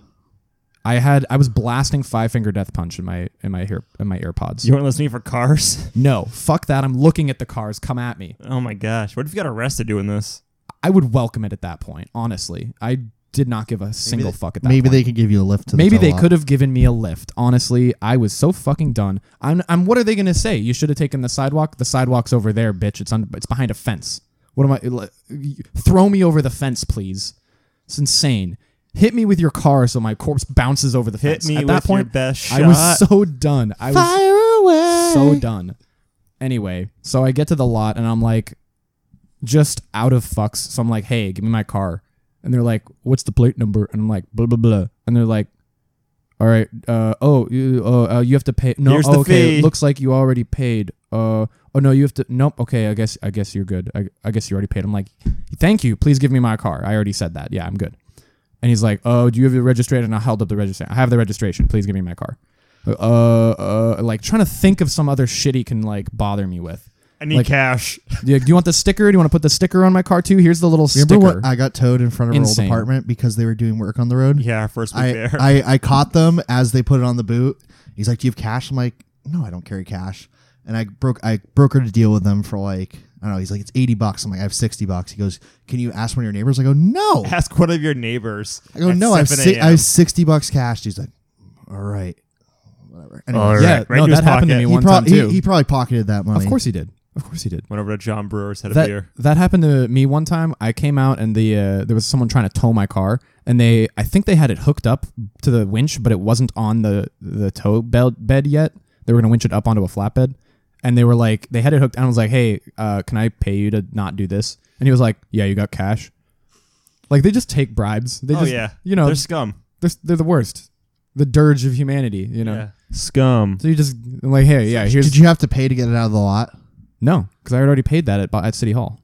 I had I was blasting Five Finger Death Punch in my in my ear in my AirPods.
You weren't listening for cars?
no, fuck that. I'm looking at the cars come at me.
Oh my gosh. What if you got arrested doing this?
I would welcome it at that point. Honestly, I did not give a single fuck at that.
Maybe
point.
they could give you a lift to.
Maybe
the tow
they
lot.
could have given me a lift. Honestly, I was so fucking done. I'm, I'm. What are they gonna say? You should have taken the sidewalk. The sidewalk's over there, bitch. It's on. It's behind a fence. What am I? li- you- Throw me over the fence, please. It's insane. Hit me with your car so my corpse bounces over the
Hit
fence.
me
At that
with your
point,
best
I was
shot.
so done. I was
Fire away.
so done. Anyway, so I get to the lot and I'm like, just out of fucks. So I'm like, hey, give me my car. And they're like, what's the plate number? And I'm like, blah blah blah. And they're like, all right, uh, oh, you, uh, uh, you have to pay. No,
Here's
oh,
the
okay,
fee.
looks like you already paid. Uh, oh no, you have to. Nope. Okay, I guess I guess you're good. I, I guess you already paid. I'm like, thank you. Please give me my car. I already said that. Yeah, I'm good. And he's like, "Oh, do you have the registration?" And I held up the registration. I have the registration. Please give me my car. Uh, uh, like trying to think of some other shit he can like bother me with.
I need
Like-
cash.
Do you, do you want the sticker? Do you want to put the sticker on my car too? Here's the little
Remember
sticker.
when I got towed in front of our
Insane.
old apartment because they were doing work on the road?
Yeah, our first week
I,
there.
I, I caught them as they put it on the boot. He's like, "Do you have cash?" I'm like, "No, I don't carry cash." And I broke I brokered a deal with them for like I don't know. He's like, "It's eighty bucks." I'm like, "I have sixty bucks." He goes, "Can you ask one of your neighbors?" I go, "No."
Ask one of your neighbors.
I go,
at
"No, I have,
7
si- I
a.m..
have sixty bucks cash." He's like, "All right, whatever." Anyway,
All right.
yeah,
right
no,
into his
that happened
pocket.
to me
He
he,
one
prob-
time too.
he, he probably pocketed that money.
of course he did. Of course he did.
Went over to John Brewer's had a
that,
beer.
that happened to me one time. I came out and the uh, there was someone trying to tow my car, and they I think they had it hooked up to the winch, but it wasn't on the the tow bed bed yet. They were gonna winch it up onto a flatbed, and they were like they had it hooked. And I was like, hey, uh, can I pay you to not do this? And he was like, yeah, you got cash. Like they just take bribes. They
oh
just,
yeah,
you know
they're
they're,
scum.
they're, the worst, the dirge of humanity. You know,
Yeah, scum.
so you just like, hey, yeah, here's
Did you have to pay to get it out of the lot?
no, because I had already paid that at at City Hall.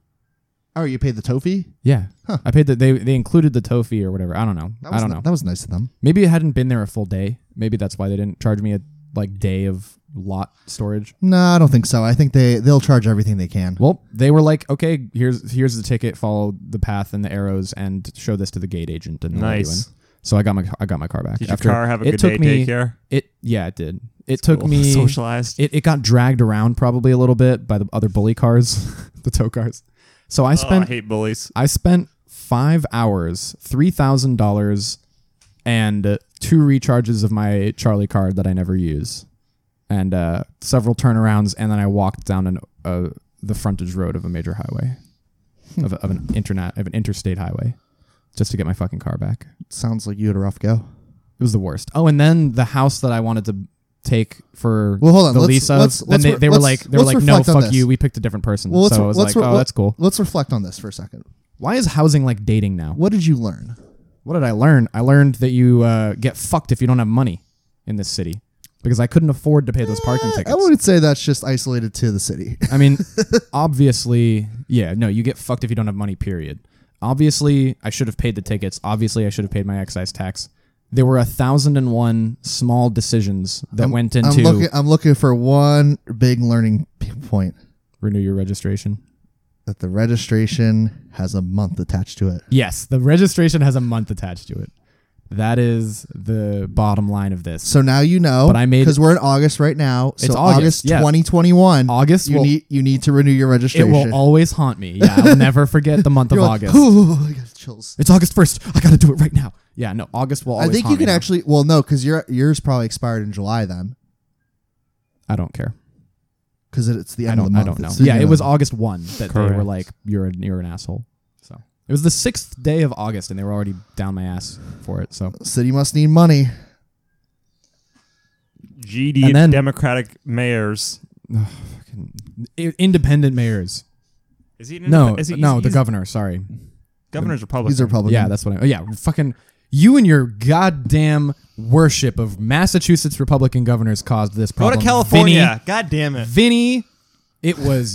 Oh, you paid the tow fee?
Yeah. I paid that they they included the toe fee or whatever. I don't know.
That was
I don't
ni-
know.
That was nice of them.
Maybe it hadn't been there a full day. Maybe that's why they didn't charge me a like day of lot storage.
No, I don't think so. I think they they'll charge everything they can.
Well, they were like, "Okay, here's here's the ticket. Follow the path and the arrows, and show this to the gate agent." And they'll let you
Nice.
in. So I got my I got my car back.
Did your car have a
it
good
took
day at
me,
daycare?
It yeah, it did. It took
Cool.
me
socialized.
It, it got dragged around probably a little bit by the other bully cars, the tow cars. So I
oh, I
spent
hate bullies.
I spent five hours, three thousand dollars, and two recharges of my Charlie card that I never use, and uh, several turnarounds, and then I walked down an, uh, the frontage road of a major highway, of, of an internet of an interstate highway, just to get my fucking car back.
Sounds like you had a rough go.
It was the worst. Oh, and then the house that I wanted to take for
Well, hold on.
the
Let's-
lease of,
let's-
then
let's
they,
re-
they were
let's-
like they were
let's
like no
reflect on
fuck
this.
you we picked a different person
Well, let's
so I was
let's
like
re-
oh that's cool
Let's reflect on this for a second.
why is housing like dating now
What did you learn?
What did I learn? I learned that you uh, get fucked if you don't have money in this city because I couldn't afford to pay those parking
Uh, I
tickets.
wouldn't say that's just isolated to the city.
I mean, obviously, yeah, no, you get fucked if you don't have money, period. Obviously, I should have paid the tickets. Obviously, I should have paid my excise tax. There were a thousand and one small decisions that went into
I'm looking. I'm looking for one big learning p- point
renew your registration.
that the registration has a month attached to it.
Yes, the registration has a month attached to it. That is the bottom line of this.
So now you know.
But I made-
because we're in August right now. So
It's August, yeah.
2021.
August
You
will-
need you need to renew your
It
registration.
will always haunt me. Yeah, I'll never forget the month of
You're like,
August.
"Ooh, I got chills.
It's August first. I gotta do it right now. Yeah, no, August will.
I
Always
think you
haunt me
can
now.
actually. Well, no, because your yours probably expired in July then,
I don't care.
because it's the
I
end of
don't.
the
I
month.
don't know.
It's the
Yeah,
end
it
of
was
the-
August one that they were
Correct.
like, "You're an, you're an asshole." So it was the sixth day of August, and they were already down my ass for it. So
city must need money.
GD
And then-
Democratic mayors.
I- independent mayors.
Is he an
No,
independent- is he-
no,
he's-
the
he's-
governor. Sorry.
governor's Republican.
He's a Republican.
Yeah, that's what I. Oh yeah, fucking you and your goddamn worship of Massachusetts Republican governors caused this
Go to
problem.
California. God damn it.
Vinny, Vinny it was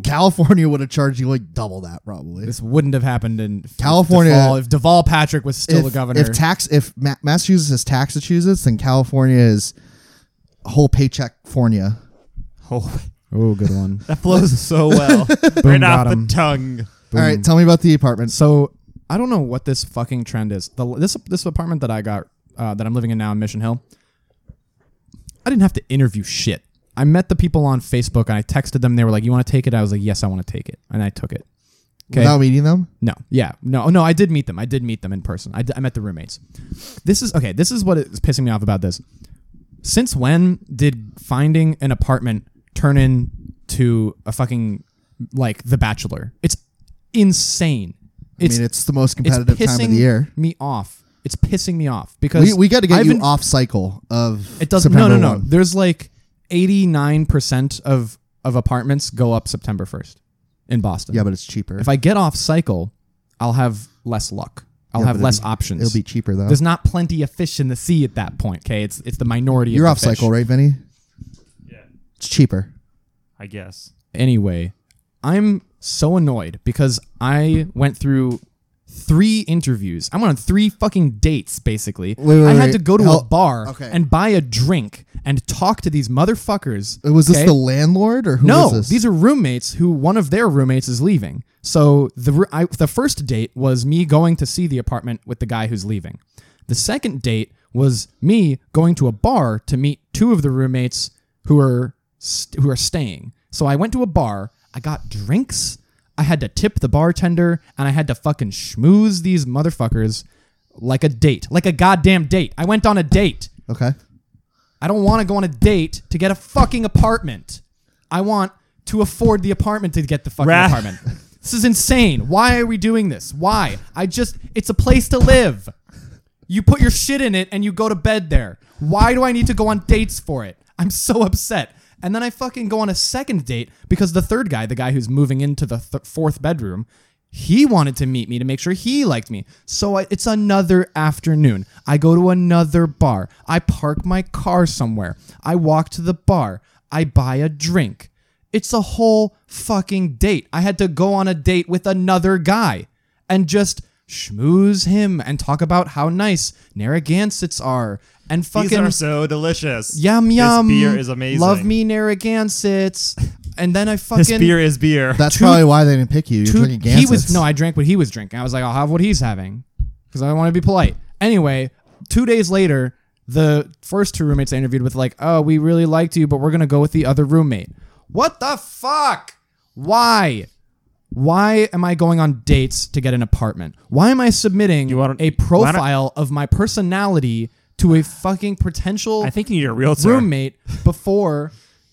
California would have charged you like double that probably.
This wouldn't have happened in
California-
Duvall, if Deval Patrick was still
if,
the governor.
If tax, if Ma- Massachusetts is Taxachusetts, then California is whole paycheck Fornia.
Oh,
oh, good one.
that flows so well. right off
got
the
him.
tongue.
All right, tell me about the apartment.
So I don't know what this fucking trend is. The, this this apartment that I got uh, that I'm living in now in Mission Hill, I didn't have to interview shit. I met the people on Facebook and I texted them. They were like, "You want to take it?" I was like, "Yes, I want to take it," and I took it. Okay.
Without meeting them,
No, yeah, no, no. I did meet them. I did meet them in person. I, d- I met the roommates. This is okay. This is what is pissing me off about this. Since when did finding an apartment turn into a fucking like The Bachelor? It's insane. It's
I mean, it's the most
it's
competitive
pissing
time of the year.
me off. It's pissing me off because
We, we got to get
I've
you
been-
off cycle of
It doesn't.
September
no, no, no.
1.
There's like 89 percent of of apartments go up September 1st in Boston.
Yeah, but it's cheaper.
if I get off cycle, I'll have less luck. I'll
Yeah,
have
but
less
it'll be-
options.
It'll be cheaper though.
There's not plenty of fish in the sea at that point. Okay, it's it's the minority.
You're
of the
off
fish.
cycle, right, Vinny?
Yeah.
It's cheaper.
I guess.
Anyway, I'm so annoyed because I went through three interviews. I went on three fucking dates, basically.
Wait, wait,
I
wait.
had to go to
Hel-
a bar
okay.
and buy a drink and talk to these motherfuckers.
Uh, Was this
okay?
the landlord or who
no,
was this?
these are roommates who one of their roommates is leaving. So the ru- I, the first date was me going to see the apartment with the guy who's leaving. The second date was me going to a bar to meet two of the roommates who are st- who are staying. So I went to a bar. I got drinks. I had to tip the bartender, and I had to fucking schmooze these motherfuckers like a date, like a goddamn date. I went on a date.
okay.
I don't want to go on a date to get a fucking apartment. I want to afford the apartment to get the fucking
Ra-
apartment. This is insane. Why are we doing this? Why? I just, it's a place to live. You put your shit in it and you go to bed there. Why do I need to go on dates for it? I'm so upset. And then I fucking go on a second date because the third guy, the guy who's moving into the th- fourth bedroom, he wanted to meet me to make sure he liked me. So I, it's another afternoon. I go to another bar. I park my car somewhere. I walk to the bar. I buy a drink. It's a whole fucking date. I had to go on a date with another guy and just schmooze him and talk about how nice Narragansetts are and
These
fucking
are so delicious.
yum yum.
This beer is amazing.
Love me Narragansetts. And then I fucking
This beer is beer.
That's
two-
probably why they didn't pick you. You're
two-
drinking Gansets.
he was no, I drank what he was drinking. I was like, I'll have what he's having because I want to be polite. Anyway, two days later, the first two roommates I interviewed with like, oh, we really liked you, but we're gonna go with the other roommate. What the fuck? Why? Why am I going on dates to get an apartment? Why am I submitting
You wanna-
a
why not-
profile of my personality to a fucking potential
I think you need a realtor.
roommate before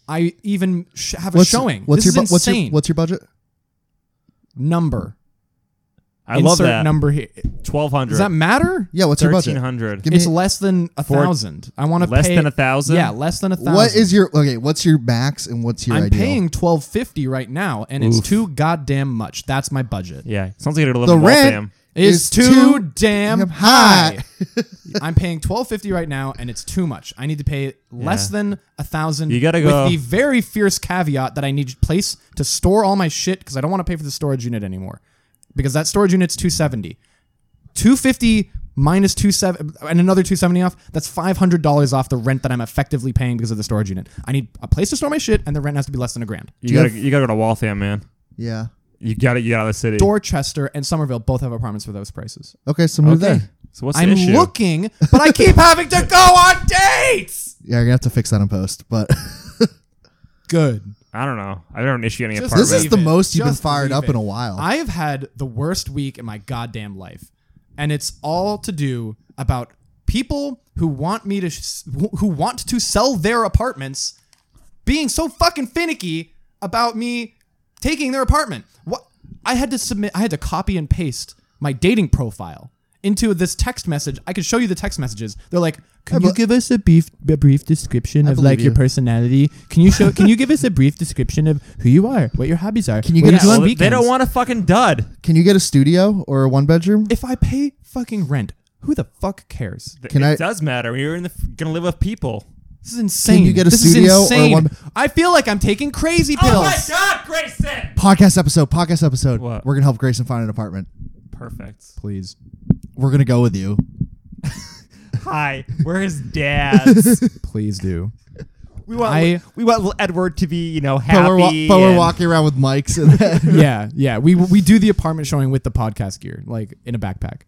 I even sh- have a
what's,
showing?
What's
this
your
is
bu- what's your
insane.
what's your budget?
number?
I love
insert
that.
number here.
Twelve hundred.
Does that matter?
Yeah, what's your budget?
Thirteen hundred.
Give me-
It's less than a
Four-
thousand. I want to
Less
pay,
than a thousand?
Yeah, less than a thousand.
What is your okay? What's your max and what's your
I'm
ideal?
paying twelve fifty right now, and it's too goddamn much. That's my budget.
Yeah, sounds like you're gonna live
the
in
rent
Waltham.
It's
is
too damn high.
high.
I'm paying twelve fifty right now, and it's too much. I need to pay less
Yeah.
than a thousand.
You gotta go-
with the very fierce caveat that I need place to store all my shit because I don't want to pay for the storage unit anymore because that storage unit's two seventy. Two fifty minus two seven and another two seventy off. That's five hundred dollars off the rent that I'm effectively paying because of the storage unit. I need a place to store my shit, and the rent has to be less than a grand.
You gotta you gotta go to Waltham, man.
Yeah.
You gotta get out of the city.
Dorchester and Somerville both have apartments for those prices.
Okay, so move there.
So what's the
I'm
issue?
looking, but I keep having to go on dates.
Yeah, you're gonna have to fix that in post. But
Good.
I don't know. I don't issue any
Just
apartment.
this is
leave
the
it.
most you've been
Just
fired
leave
up
it.
in a while.
I have had the worst week in my goddamn life, and it's all to do about people who want me to sh- who want to sell their apartments being so fucking finicky about me taking their apartment. What I had to submit, I had to copy and paste my dating profile into this text message. I could show you the text messages. They're like, "Can you give us a brief, a brief description of
believe
like your
you.
personality? Can you show? can you give us a brief description of who you are, what your hobbies are? Can
you
what
get
you
us-
do on
Well, they
weekends?"
don't want a fucking dud.
Can you get a studio or a one bedroom?
If I pay fucking rent, who the fuck cares?
Can
it
I-
does matter. You're in the, gonna live with people.
This is insane.
you get a
this
studio or
is insane.
one-
I feel like I'm taking crazy pills.
Oh God, Grayson!
Podcast episode. Podcast episode.
What?
We're gonna help Grayson find an apartment.
Perfect.
Please.
We're gonna go with you.
Hi, we're his dads.
Please do.
we want
I-
we want little Edward to be you know happy.
But we're, wa- but we're
and-
walking around with mics and then
yeah, yeah. We we do the apartment showing with the podcast gear, like in a backpack.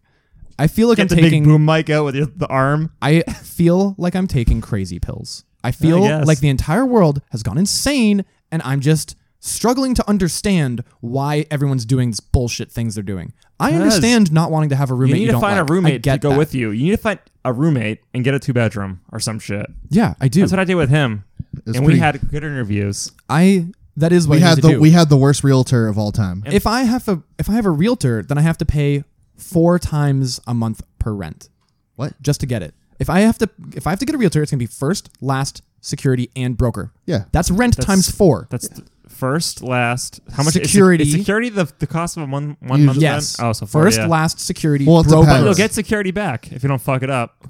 I feel like
Get the
I'm taking
big boom mic out with your, the arm.
I feel like I'm taking crazy pills. I feel
guess.
like the entire world has gone insane and I'm just struggling to understand why everyone's doing these bullshit things they're doing. I understand not wanting to have a
You
roommate.
need to
don't
find
like.
a
I
roommate
get
to go
that.
with you. You need to find a roommate and get a two bedroom or some shit.
Yeah, I do.
That's what I did with him,
was
and we
pretty-
had good interviews.
I that is what
we
I
had
need to
the
do.
we had the worst realtor of all time.
if I have a if I have a realtor, then I have to pay four times a month per rent.
What?
Just to get it. If I have to if I have to get a realtor, it's gonna be first, last, security, and broker.
Yeah.
That's rent times four.
That's th- first, last. How much is sec-
Security.
Is, security the, the cost of a one one month?
yes.
Rent? Oh, so far,
first,
yeah.
last, security,
Well, it
broker.
depends.
You'll get security back if you don't fuck it up.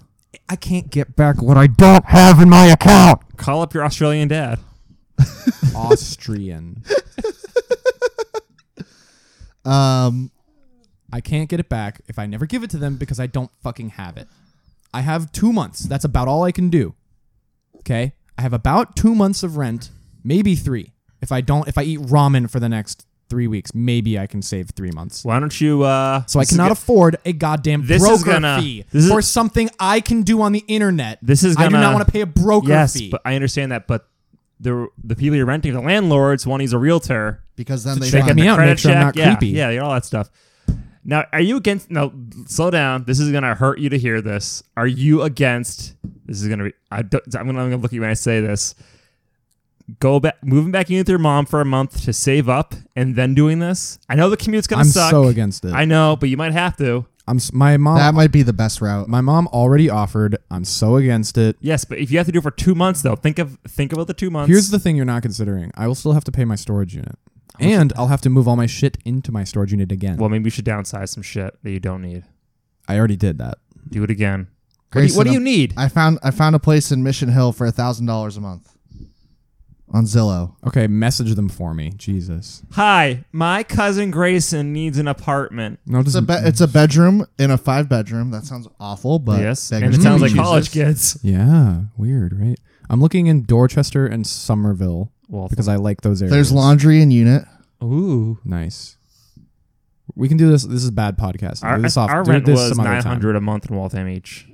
I can't get back what I don't have in my account.
Call up your Australian dad.
Austrian.
Um,
I can't get it back if I never give it to them because I don't fucking have it. I have two months. That's about all I can do. Okay? I have about two months of rent, maybe three. If I don't, if I eat ramen for the next three weeks, maybe I can save three months.
Why don't you? Uh,
So I
this is
cannot
go-
afford a goddamn
This is
broker
gonna-
fee
this is-
for something I can do on the internet.
This is
I do
gonna-
not want to pay a broker
Yes,
fee.
but I understand that. But the the people you're renting, the landlords, one he's a realtor.
because then they
check
find
me
the
out,
credit
make sure I'm not
yeah,
creepy.
Yeah, yeah, all that stuff. Now, are you against? Now, slow down. This is gonna hurt you to hear this. Are you against? This is gonna be. I don't, I'm, gonna, I'm gonna look at you when I say this. Go back, moving back in with your mom for a month to save up, and then doing this. I know the commute's gonna
I'm
suck.
so against it.
I know, but you might have to.
I'm s- my mom.
Oh.
that might be the best route.
my mom already offered. I'm so against it.
Yes, but if you have to do it for two months, though, think of think about the two months.
Here's the thing you're not considering. I will still have to pay my storage unit. And I'll have to move all my shit into my storage unit again.
well, maybe you should downsize some shit that you don't need.
I already did that.
Do it again.
Grayson,
what do you, what do you
I'm-
need?
I found I found a place in Mission Hill for thousand dollars a month on Zillow.
Okay, message them for me. Jesus.
Hi, my cousin Grayson needs an apartment.
No,
It's
just
a be- it's a bedroom in a five bedroom. That sounds awful, but
yes, and
beggars
it sounds like
can't be
college
choosers.
kids.
yeah, weird, right? I'm looking in Dorchester and Somerville
Well,
because I like those areas.
There's laundry in unit.
ooh,
Nice. We can do this. This is bad podcast.
our,
do this off.
our
do
rent
this
was
some other time.
nine hundred a month in Waltham each.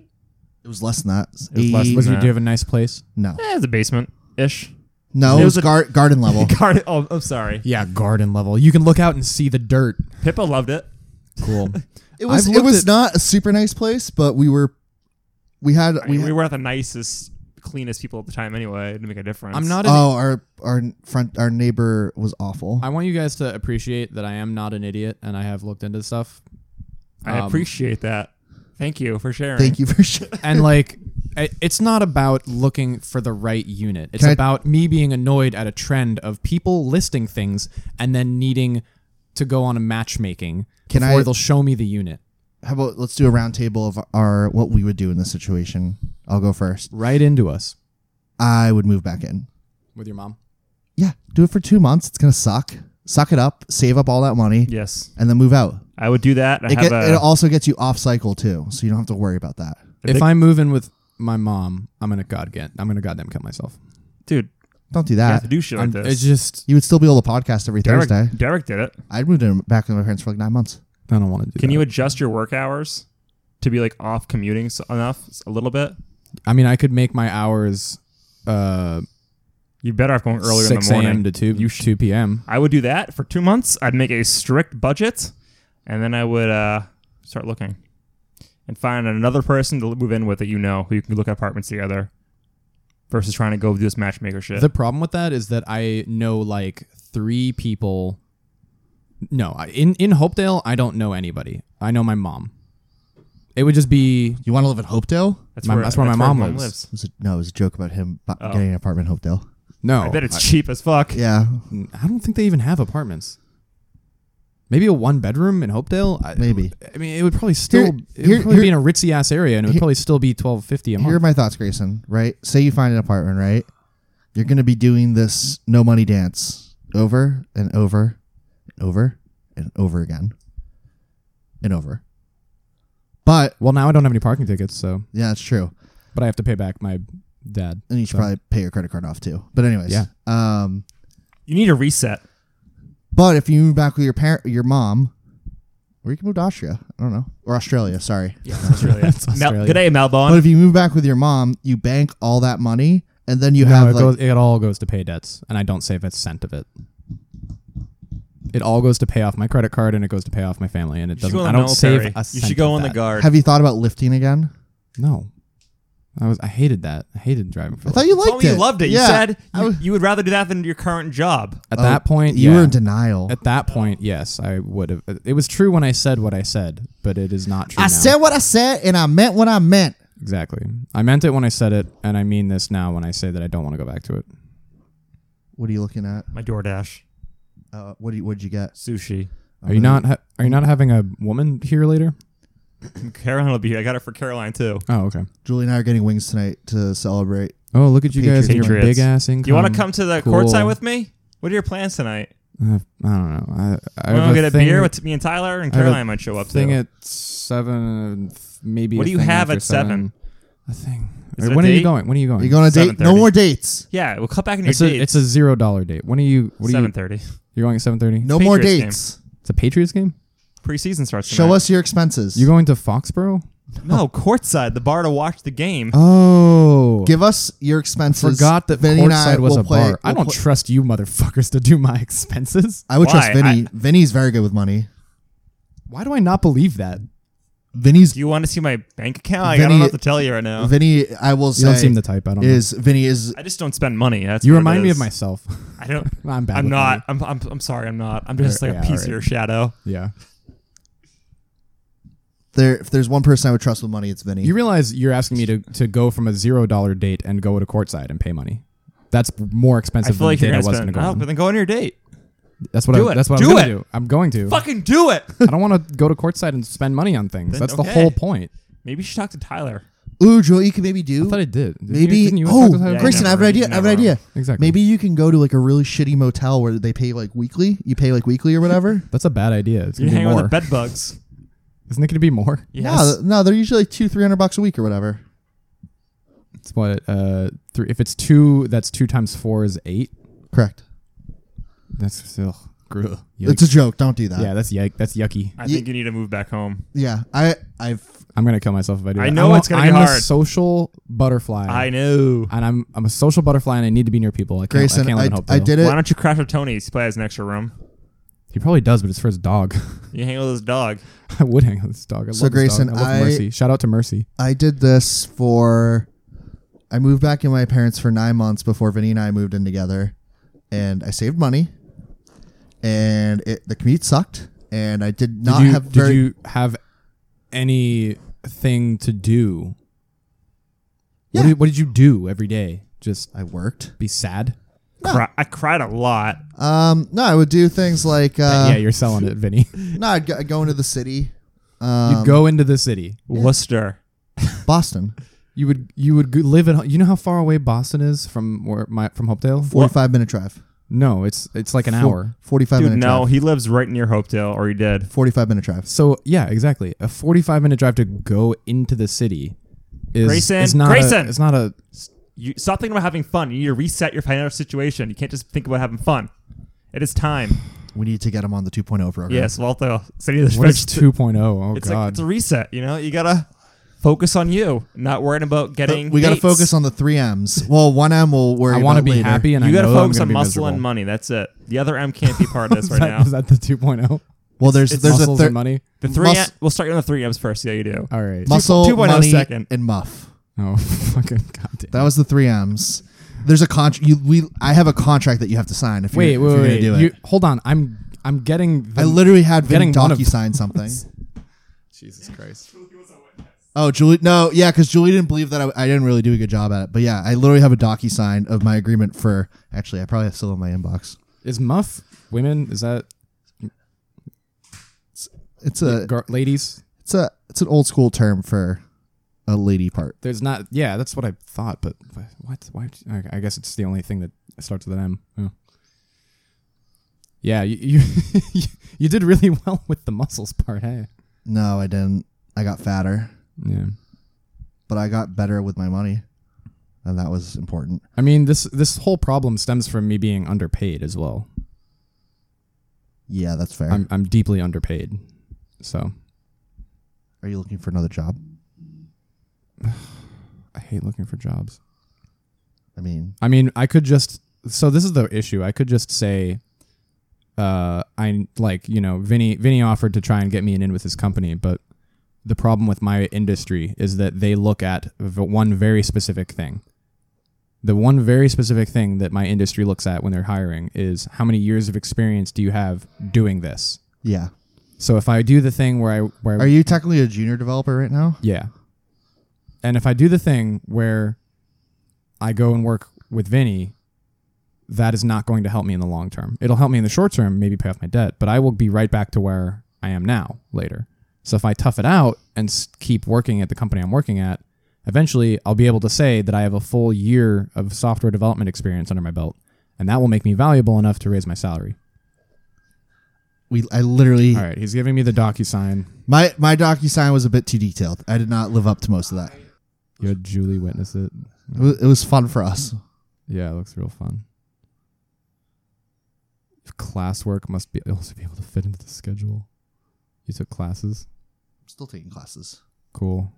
It was less than that. It
was less than
Was
that.
you, do you have a nice place?
No,
Eh, it's a basement ish.
no,
It
it
was
was,
a-
gar- garden level.
Garden. Oh, I'm sorry.
Yeah, garden level. You can look out and see the dirt.
Pippa loved it.
Cool.
It was
I've
it
looked
was
at-
not a super nice place, but we were we had
I
we,
mean, we were not the nicest, cleanest people at the time anyway. It didn't make a difference.
I'm not. An,
oh our our front our neighbor was awful.
I want you guys to appreciate that I am not an idiot and I have looked into stuff.
I
um,
appreciate that. Thank you for sharing.
Thank you for sh-
and like I- it's not about looking for the right unit it's
Can I-
about me being annoyed at a trend of people listing things and then needing to go on a matchmaking
Can
before
I-
they'll show me the unit
How about let's do a round table of our what we would do in this situation. I'll go first.
right into us
I would move back in.
with your mom
Yeah, do it for two months. It's gonna suck. Suck it up. Save up all that money,
Yes,
and then move out.
I would do that. I
It,
have
get,
a,
it also gets you off cycle too, so you don't have to worry about that.
I think-
if i move in with my mom i'm gonna goddamn i'm gonna goddamn kill myself
dude.
Don't do
You
that.
have to do shit like
Uh, I'm-
this.
it's just
You would still be able to podcast every
Derek,
Thursday.
Derek did it.
I'd moved in back with my parents for like nine months.
i don't want to do
Can
that.
you adjust your work hours to be like off commuting s- enough s- a little bit?
i mean i could make my hours uh
You better off going earlier
6
in the
a.m
morning.
to 2 2 p.m
I would do that for two months. I'd make a strict budget, and then I would uh, start looking and find another person to move in with that you know who you can look at apartments together. Versus trying to go do this matchmaker shit.
The problem with that is that I know like three people. No, I- in in Hopedale, I don't know anybody. I know my mom. It would just be
You want to live in Hopedale?
that's,
my-
where,
that's where my mom lives.
It was a, no, it was a joke about him bu-
Oh.
getting an apartment in Hopedale.
no.
I bet it's cheap as fuck.
Yeah,
I don't think they even have apartments. Maybe a one bedroom in Hopedale. I,
Maybe.
I mean, it would probably still it
here-
would probably
here-
be in a ritzy ass area, and it would probably still be twelve fifty a
Here are
month.
my thoughts, Grayson. Right? Say you find an apartment, right? You're going to be doing this no money dance over and over and over and over again and over. But
Well, now I don't have any parking tickets, so
yeah, that's true.
but I have to pay back my dad.
And you should probably pay your credit card off too. But anyways,
Yeah.
Um,
You need a reset.
but if you move back with your parent, your mom, or you can move to Austria. I don't know, or Australia. Sorry.
Australia. Mel-
Australia.
Good day,
But
Melbourne.
if you move back with your mom, you bank all that money, and then you
No,
have
it,
like,
goes, it all goes to pay debts, and I don't save a cent of it. It all goes to pay off my credit card, and it goes to pay off my family, and it
You should go
doesn't.
in
I
the
don't save
military.
a cent.
You should go
of
in the
that.
guard.
have you thought about lifting again?
No, I was. I hated that. I hated driving for.
I thought you liked
told me
it.
you loved it.
Yeah.
You said
I
you,
was-
you would rather do that than your current job.
at that point.
Oh, you
yeah.
were in denial.
At that point, yes, I would have. It was true when I said what I said, but it is not true.
I
now.
said what I said, and I meant what I meant.
exactly. I meant it when I said it, and I mean this now when I say that I don't want to go back to it.
What are you looking at?
My DoorDash,
Uh, what do you, what'd you get?
sushi.
Are you not? Ha- are you not having a woman here later?
Caroline will be here. I got it for Caroline too.
Oh, okay.
Julie and I are getting wings tonight to celebrate.
Oh, look at you guys and your
Patriots.
big ass income.
You want to come to the
Cool.
courtside with me? What are your plans tonight?
Uh, I don't know. I, I
I'm
have
gonna get a
thing-
beer with me and Tyler, and
I have a
Caroline might show up.
thing
too.
at seven, th- maybe.
What
a
do you
thing
have
after
at seven?
A thing.
Is it a
when are
date?
you going? When are you going?
You going on a date?
7:30.
No more dates.
yeah, we'll cut back on your
it's, a,
dates.
it's a zero dollar date. When are you? What are
seven
you?
thirty.
You're going at seven thirty.
No more
Patriots
dates.
It's a Patriots game.
Preseason starts.
Show
tonight.
us your expenses.
You're going to Foxborough.
no courtside, the bar to watch the game.
Oh,
Give us your expenses.
forgot that
Vinny and I
courtside was
will
a
play-
bar. I
will
don't
pl-
trust you motherfuckers to do my expenses.
I would trust
Why?
Vinny.
I-
Vinny's very good with money.
Why do I not believe that?
Vinny's
Do you want to see my bank account? Like, I
Vinny-
don't know what to tell you right now.
Vinny. I will say
You don't seem the type. I don't.
is Vinny is
I just don't spend money. That's
know. You
what it
remind me
is.
of myself.
I don't.
I'm bad.
I'm
with
not. I'm, I'm. I'm sorry. I'm not. I'm just like
Yeah,
a piece
alright.
of your shadow.
money. Yeah.
there. If there's one person I would trust with money, it's Vinny.
You realize you're asking me to, to go from a zero dollar date and go to courtside and pay money. That's more
I
expensive
feel
than
like
the
you're
date I
gonna
was
spend.
going to go.
No,
on.
but then go on your date.
That's what
do
I,
it.
that's what
Do
I'm going
it.
to do. I'm going to.
Fucking do it.
I don't want to go to courtside and spend money on things.
Then-
that's the
okay.
whole point.
Maybe you should talk to Tyler.
Ooh, Joel, you could maybe do.
I thought I did. Didn't you-
Maybe
didn't you talk
oh,
to Tyler?
Yeah, I
Grayson, I have an
never-
idea. I have an
never.
idea.
Exactly.
Maybe you can go to like a really shitty motel where they pay like weekly. You pay like weekly or whatever.
That's a bad idea. It's
You
gonna be
hang out with the
more.
bed bugs.
Isn't it going to be more?
Yes.
No, no, they're usually like two, three hundred bucks a week or whatever.
It's what uh three. If it's two, that's two times four is eight.
Correct.
That's still gruel.
It's a joke. Don't do that.
yeah. That's yuck. That's yucky.
I
Ye-
think you need to move back home.
Yeah, I, I've.
I'm gonna kill myself if I do.
I
that.
know
I'm a-
it's gonna be
I'm a
hard.
social butterfly.
I know.
and I'm I'm a social butterfly, and I need to be near people. I can't, I,
Grayson,
can't
I,
live
I,
in Hopedale.
did
Why
it.
don't you crash with Tony? He probably has an extra room.
He probably does, but it's for his dog.
You hang out with his dog.
I would hang out with this dog. I
So,
love this dog.
Grayson,
I love
I-
Mercy. Shout out to Mercy.
I did this for. I moved back in with my parents for nine months before Vinny and I moved in together, and I saved money, and it, the commute sucked, and I did
Did
not
you,
have
did
very.
you have anything to do?
Yeah.
What, did, what did you do every day? Just
I worked.
be sad?
Cry- I cried a lot.
Um, no, I would do things like uh,
yeah, you're selling it, Vinny.
no, I'd go, I'd go into the city, um,
you go into the city.
Worcester.
Boston,
You would you would go- live in. You know how far away Boston is from where my from Hopedale?
forty-five minute drive,
No, it's it's like an hour.
forty-five
Dude,
minute
no,
drive,
he lives right near Hopedale, or he did.
forty-five minute drive.
So yeah, exactly. A 45 minute drive to go into the city is
Grayson,
is not
Grayson!
A, it's not a
You stop thinking about having fun. You need to reset your financial situation. You can't just think about having fun. It is time.
We need to get him on the 2.0 program.
Yes, Walter. City of the
what is
French-
2.0? Oh
It's like
god.
it's a reset. You know, you gotta focus on you, not worrying
Uh,
about getting.
we got to
dates.
focus on the three M's. Well, one M will worry.
I
want to
be happy and
You
I
gotta
know
focus
I'm
on
gonna be
muscle
miserable.
and money. That's it. The other M can't be part of this
Is
right
that-
now.
Is that the 2.0?
Well, there's
it's
there's a
Muscles
third
and money.
the three.
mus-
M- we'll start on the three M's first. See how you do.
All right.
muscle,
2.0
money,
second.
and muff.
oh fucking goddamn.
That was the three M's. There's a contract. You we I have a contract that you have to sign if
Wait,
you're,
wait,
if you're
wait.
gonna do
You,
it.
hold on. I'm I'm getting. The,
I literally had Vinny
getting one of
docu sign something.
Jesus Christ.
Oh, Julie. No, yeah, because Julie didn't believe that I, I didn't really do a good job at it. But yeah, I literally have a docu sign of my agreement for. Actually, I probably have still in my inbox.
Is Muff women? Is that
It's a
gar- ladies?
it's a it's an old school term for a lady part.
There's not. Yeah, that's what I thought. But wh- what? Why? okay, I guess it's the only thing that starts with an M. Oh. Yeah, you you, you did really well with the muscles part. Hey.
No, I didn't. I got fatter,
Yeah.
but I got better with my money, and that was important.
I mean this this whole problem stems from me being underpaid as well.
Yeah, that's fair.
I'm I'm deeply underpaid. So
Are you looking for another job?
I hate looking for jobs.
I mean,
I mean, I could just so this is the issue. I could just say uh I like, you know, Vinny Vinny offered to try and get me an in with his company, but the problem with my industry is that they look at v- one very specific thing. The one very specific thing that my industry looks at when they're hiring is how many years of experience do you have doing this?
yeah.
So if I do the thing where I where I
Are you technically a junior developer right now?
yeah. And if I do the thing where I go and work with Vinny, that is not going to help me in the long term. It'll help me in the short term, maybe pay off my debt, but I will be right back to where I am now later. So if I tough it out and s- keep working at the company I'm working at, eventually I'll be able to say that I have a full year of software development experience under my belt, and that will make me valuable enough to raise my salary.
We I literally
All right, he's giving me the docu sign.
my my docu sign was a bit too detailed. I did not live up to most of that.
You had Julie witness it.
It was, it was fun for us.
Yeah, it looks real fun. Classwork must be also be able to fit into the schedule. You took classes.
Still taking classes.
Cool.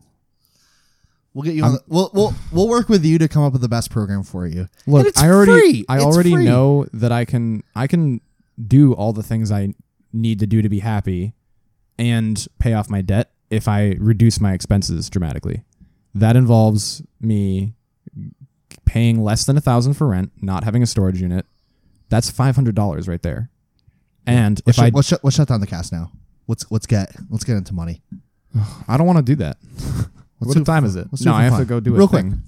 We'll get you. On
I'm-
the, we'll we'll we'll work with you to come up with the best program for you.
Look,
it's
I already
free.
I
It's
already
free.
know that I can I can do all the things I need to do to be happy and pay off my debt if I reduce my expenses dramatically. That involves me paying less than a thousand for rent, not having a storage unit. That's five hundred dollars right there. And
Let's
if I
shut, let's, shut, let's shut down the cast now. Let's let's get let's get into money.
I don't want to do that.
Let's
what
do it
time
for-
is it?
let's do
No,
it for
I have to
fun.
go do a
Real quick.
thing.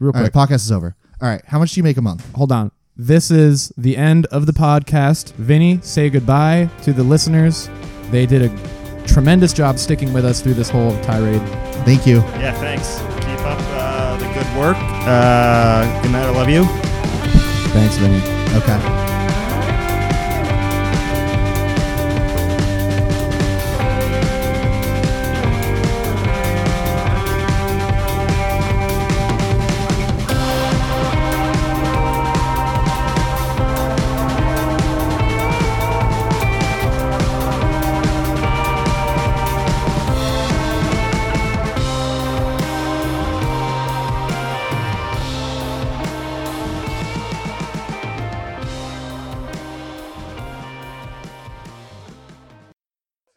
Real
All
quick.
right, podcast is over. All right, how much do you make a month?
Hold on. This is the end of the podcast. Vinny, say goodbye to the listeners. They did a tremendous job sticking with us through this whole tirade.
Thank you.
Yeah, thanks. Keep up uh, the good work. Uh, good night. I love you.
Thanks, Vinny.
Okay.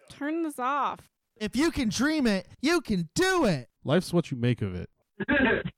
Turn this off.
If you can dream it, you can do it.
Life's what you make of it.